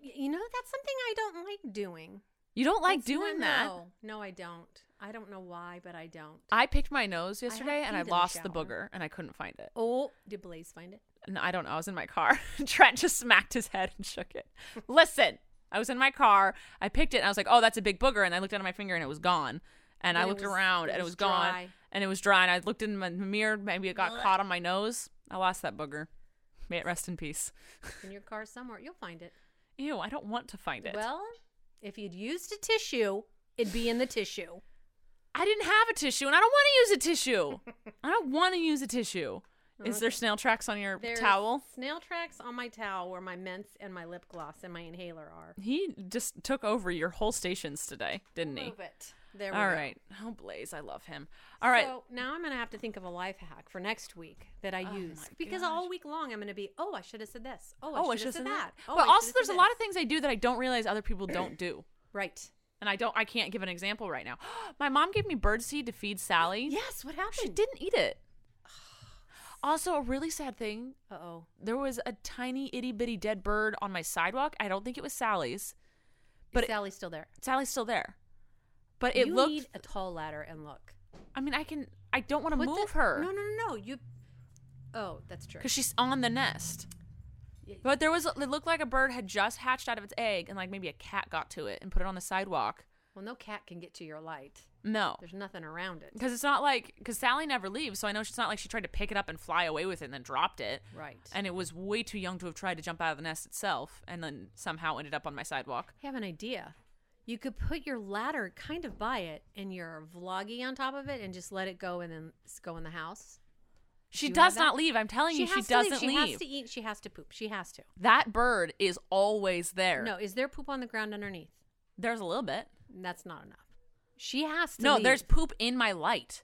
[SPEAKER 2] you know that's something I don't like doing.
[SPEAKER 1] You don't like
[SPEAKER 2] That's-
[SPEAKER 1] doing
[SPEAKER 2] no,
[SPEAKER 1] that.
[SPEAKER 2] No, no, I don't. I don't know why, but I don't.
[SPEAKER 1] I picked my nose yesterday and
[SPEAKER 2] peed
[SPEAKER 1] I
[SPEAKER 2] in the
[SPEAKER 1] lost the
[SPEAKER 2] shower.
[SPEAKER 1] booger and I couldn't find it.
[SPEAKER 2] Oh, did Blaze find it?
[SPEAKER 1] No, I don't know. I was in my car. Trent just smacked his head and shook it. Listen, I was in my car. I picked it and I was like, oh, that's a big booger. And I looked down at my finger and it was gone. And I
[SPEAKER 2] And it
[SPEAKER 1] looked
[SPEAKER 2] was-
[SPEAKER 1] around
[SPEAKER 2] it
[SPEAKER 1] and it
[SPEAKER 2] was
[SPEAKER 1] was gone.
[SPEAKER 2] dry.
[SPEAKER 1] And it was dry. And I looked in my mirror. Maybe it got caught on my nose. I lost that booger. May it rest in peace.
[SPEAKER 2] In your car somewhere. You'll find it.
[SPEAKER 1] Ew, I don't want to find it.
[SPEAKER 2] Well, if you'd used a tissue, it'd be in the tissue.
[SPEAKER 1] I didn't have a tissue and I don't want to use a tissue. I don't want to use a tissue. Is there snail tracks on your
[SPEAKER 2] Uh-huh. There's
[SPEAKER 1] towel?
[SPEAKER 2] Snail tracks on my towel where my mints and my lip gloss and my inhaler are.
[SPEAKER 1] He just took over your whole stations today, didn't he?
[SPEAKER 2] Move it. There
[SPEAKER 1] All
[SPEAKER 2] we
[SPEAKER 1] right,
[SPEAKER 2] go.
[SPEAKER 1] Oh, Blaze, I love him. All right.
[SPEAKER 2] So now I'm going to have to think of a life hack for next week that I
[SPEAKER 1] Oh
[SPEAKER 2] use.
[SPEAKER 1] my
[SPEAKER 2] Because
[SPEAKER 1] gosh.
[SPEAKER 2] all week long I'm going to be, oh, I should have said this. Oh, I
[SPEAKER 1] oh, I
[SPEAKER 2] should have
[SPEAKER 1] just
[SPEAKER 2] said that. Oh,
[SPEAKER 1] but
[SPEAKER 2] I
[SPEAKER 1] also,
[SPEAKER 2] shoulda
[SPEAKER 1] there's a
[SPEAKER 2] said
[SPEAKER 1] lot
[SPEAKER 2] this."
[SPEAKER 1] of things I do that I don't realize other people don't do.
[SPEAKER 2] Right.
[SPEAKER 1] And I don't, I can't give an example right now. My mom gave me birdseed to feed Sally.
[SPEAKER 2] Yes, what happened?
[SPEAKER 1] She didn't eat it. Also, a really sad thing
[SPEAKER 2] Uh oh.
[SPEAKER 1] there was a tiny, itty bitty dead bird on my sidewalk. I don't think it was Sally's. But
[SPEAKER 2] But
[SPEAKER 1] it-
[SPEAKER 2] Sally's still there.
[SPEAKER 1] Sally's still there. But it
[SPEAKER 2] you
[SPEAKER 1] looked,
[SPEAKER 2] need a tall ladder and look.
[SPEAKER 1] I mean, I can, I don't want to
[SPEAKER 2] Put the-
[SPEAKER 1] move her.
[SPEAKER 2] No, no, no, no. You. Oh, that's true.
[SPEAKER 1] because she's on the nest.
[SPEAKER 2] Yeah.
[SPEAKER 1] But there was it looked like a bird had just hatched out of its egg, and like maybe a cat got to it and put it on the sidewalk.
[SPEAKER 2] Well, no cat can get to your light.
[SPEAKER 1] No.
[SPEAKER 2] There's nothing around it.
[SPEAKER 1] Because it's not like, because Sally never leaves. So I know she's not like she tried to pick it up and fly away with it and then dropped it.
[SPEAKER 2] Right.
[SPEAKER 1] And it was way too young to have tried to jump out of the nest itself and then somehow ended up on my sidewalk.
[SPEAKER 2] I have an idea. You could put your ladder kind of by it and your vloggy on top of it and just let it go and then s- go in the house.
[SPEAKER 1] She
[SPEAKER 2] Do you have
[SPEAKER 1] does not
[SPEAKER 2] that?
[SPEAKER 1] leave. I'm telling you, she
[SPEAKER 2] has to
[SPEAKER 1] doesn't leave.
[SPEAKER 2] She has to eat. She has to poop. She has to.
[SPEAKER 1] That bird is always there.
[SPEAKER 2] No, is there poop on the ground underneath?
[SPEAKER 1] There's a little bit.
[SPEAKER 2] That's not enough. She has to.
[SPEAKER 1] No,
[SPEAKER 2] leave.
[SPEAKER 1] there's poop in my light.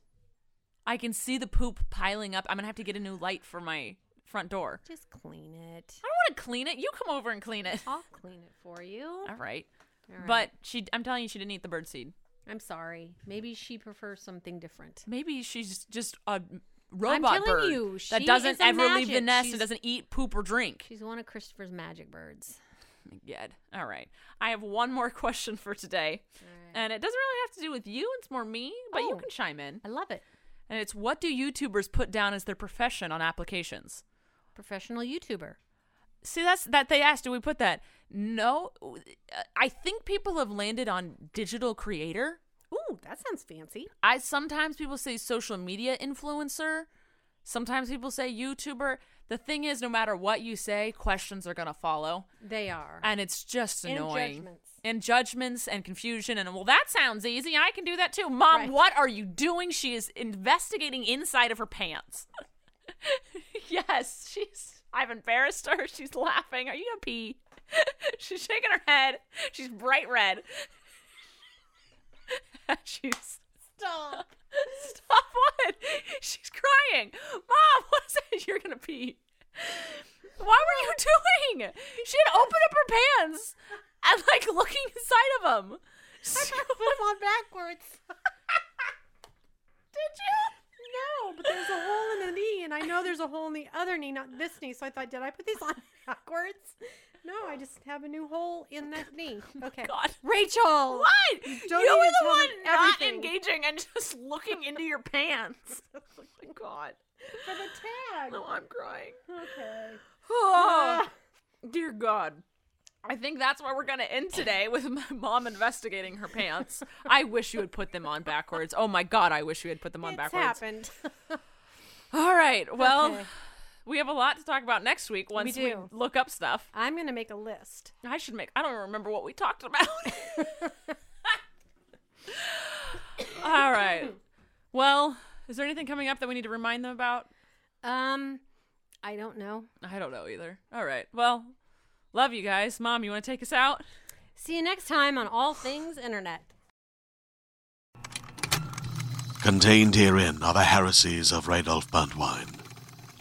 [SPEAKER 1] I can see the poop piling up. I'm gonna have to get a new light for my front door.
[SPEAKER 2] Just clean it.
[SPEAKER 1] I don't want to clean it. You come over and clean it.
[SPEAKER 2] I'll clean it for you.
[SPEAKER 1] All right.
[SPEAKER 2] All right.
[SPEAKER 1] But she, I'm telling you, she didn't eat the bird seed.
[SPEAKER 2] I'm sorry. Maybe she prefers something different.
[SPEAKER 1] Maybe she's just a robot
[SPEAKER 2] telling
[SPEAKER 1] bird
[SPEAKER 2] you,
[SPEAKER 1] that
[SPEAKER 2] she
[SPEAKER 1] doesn't
[SPEAKER 2] is a
[SPEAKER 1] ever leave the
[SPEAKER 2] magic.
[SPEAKER 1] nest
[SPEAKER 2] She's-
[SPEAKER 1] and doesn't eat poop or drink.
[SPEAKER 2] She's one of Christopher's magic birds.
[SPEAKER 1] Good. All right. I have one more question for today,
[SPEAKER 2] All right.
[SPEAKER 1] and it doesn't really have to do with you. It's more me, but you
[SPEAKER 2] Oh.
[SPEAKER 1] can chime in.
[SPEAKER 2] I love it.
[SPEAKER 1] And it's what do YouTubers put down as their profession on applications?
[SPEAKER 2] Professional YouTuber.
[SPEAKER 1] See, that's that they asked. Do we put that? No, I think people have landed on digital creator.
[SPEAKER 2] Ooh, that sounds fancy.
[SPEAKER 1] I sometimes people say social media influencer. Sometimes people say YouTuber. The thing is, no matter what you say, questions are gonna follow,
[SPEAKER 2] They are.
[SPEAKER 1] and it's just
[SPEAKER 2] And
[SPEAKER 1] annoying.
[SPEAKER 2] judgments.
[SPEAKER 1] And judgments and confusion and well, that sounds easy. I can do that too. Mom,
[SPEAKER 2] Right.
[SPEAKER 1] what are you doing? She is investigating inside of her pants. yes, she's. I've embarrassed her. She's laughing. Are you gonna pee? she's shaking her head. She's bright red. she's.
[SPEAKER 2] Stop.
[SPEAKER 1] Stop what? She's crying. Mom, what is it? You're gonna pee. What were you doing? She had opened up her pants and like looking inside of them.
[SPEAKER 2] on backwards.
[SPEAKER 1] Did you?
[SPEAKER 2] No, but there's a hole in the knee, and I know there's a hole in the other knee, not this knee. So I thought, did I put these on backwards? No, I just have a new hole in that knee. Okay.
[SPEAKER 1] God.
[SPEAKER 2] Rachel!
[SPEAKER 1] What?
[SPEAKER 2] don't
[SPEAKER 1] you were
[SPEAKER 2] even
[SPEAKER 1] the
[SPEAKER 2] tell
[SPEAKER 1] one
[SPEAKER 2] me
[SPEAKER 1] not
[SPEAKER 2] everything.
[SPEAKER 1] engaging and just looking into your pants. oh my god.
[SPEAKER 2] For the tag. Ah,
[SPEAKER 1] No, I'm crying.
[SPEAKER 2] Okay.
[SPEAKER 1] Oh, dear God. I think that's where we're going to end today with my mom investigating her pants. I wish you had put them on backwards. Oh my God, I wish you had put them on
[SPEAKER 2] it's
[SPEAKER 1] backwards.
[SPEAKER 2] happened.
[SPEAKER 1] All right. Well,
[SPEAKER 2] Okay.
[SPEAKER 1] we have a lot to talk about next week once we,
[SPEAKER 2] do.
[SPEAKER 1] look up stuff.
[SPEAKER 2] I'm gonna make a list.
[SPEAKER 1] I should make, I don't remember what we talked about. All right. Well, is there anything coming up that we need to remind them about?
[SPEAKER 2] Um, I don't know.
[SPEAKER 1] I don't know either. All right. Well, love you guys. Mom, you want to take us out?
[SPEAKER 2] See you next time on all things internet.
[SPEAKER 5] Contained herein are the heresies of Radolf Buntwine,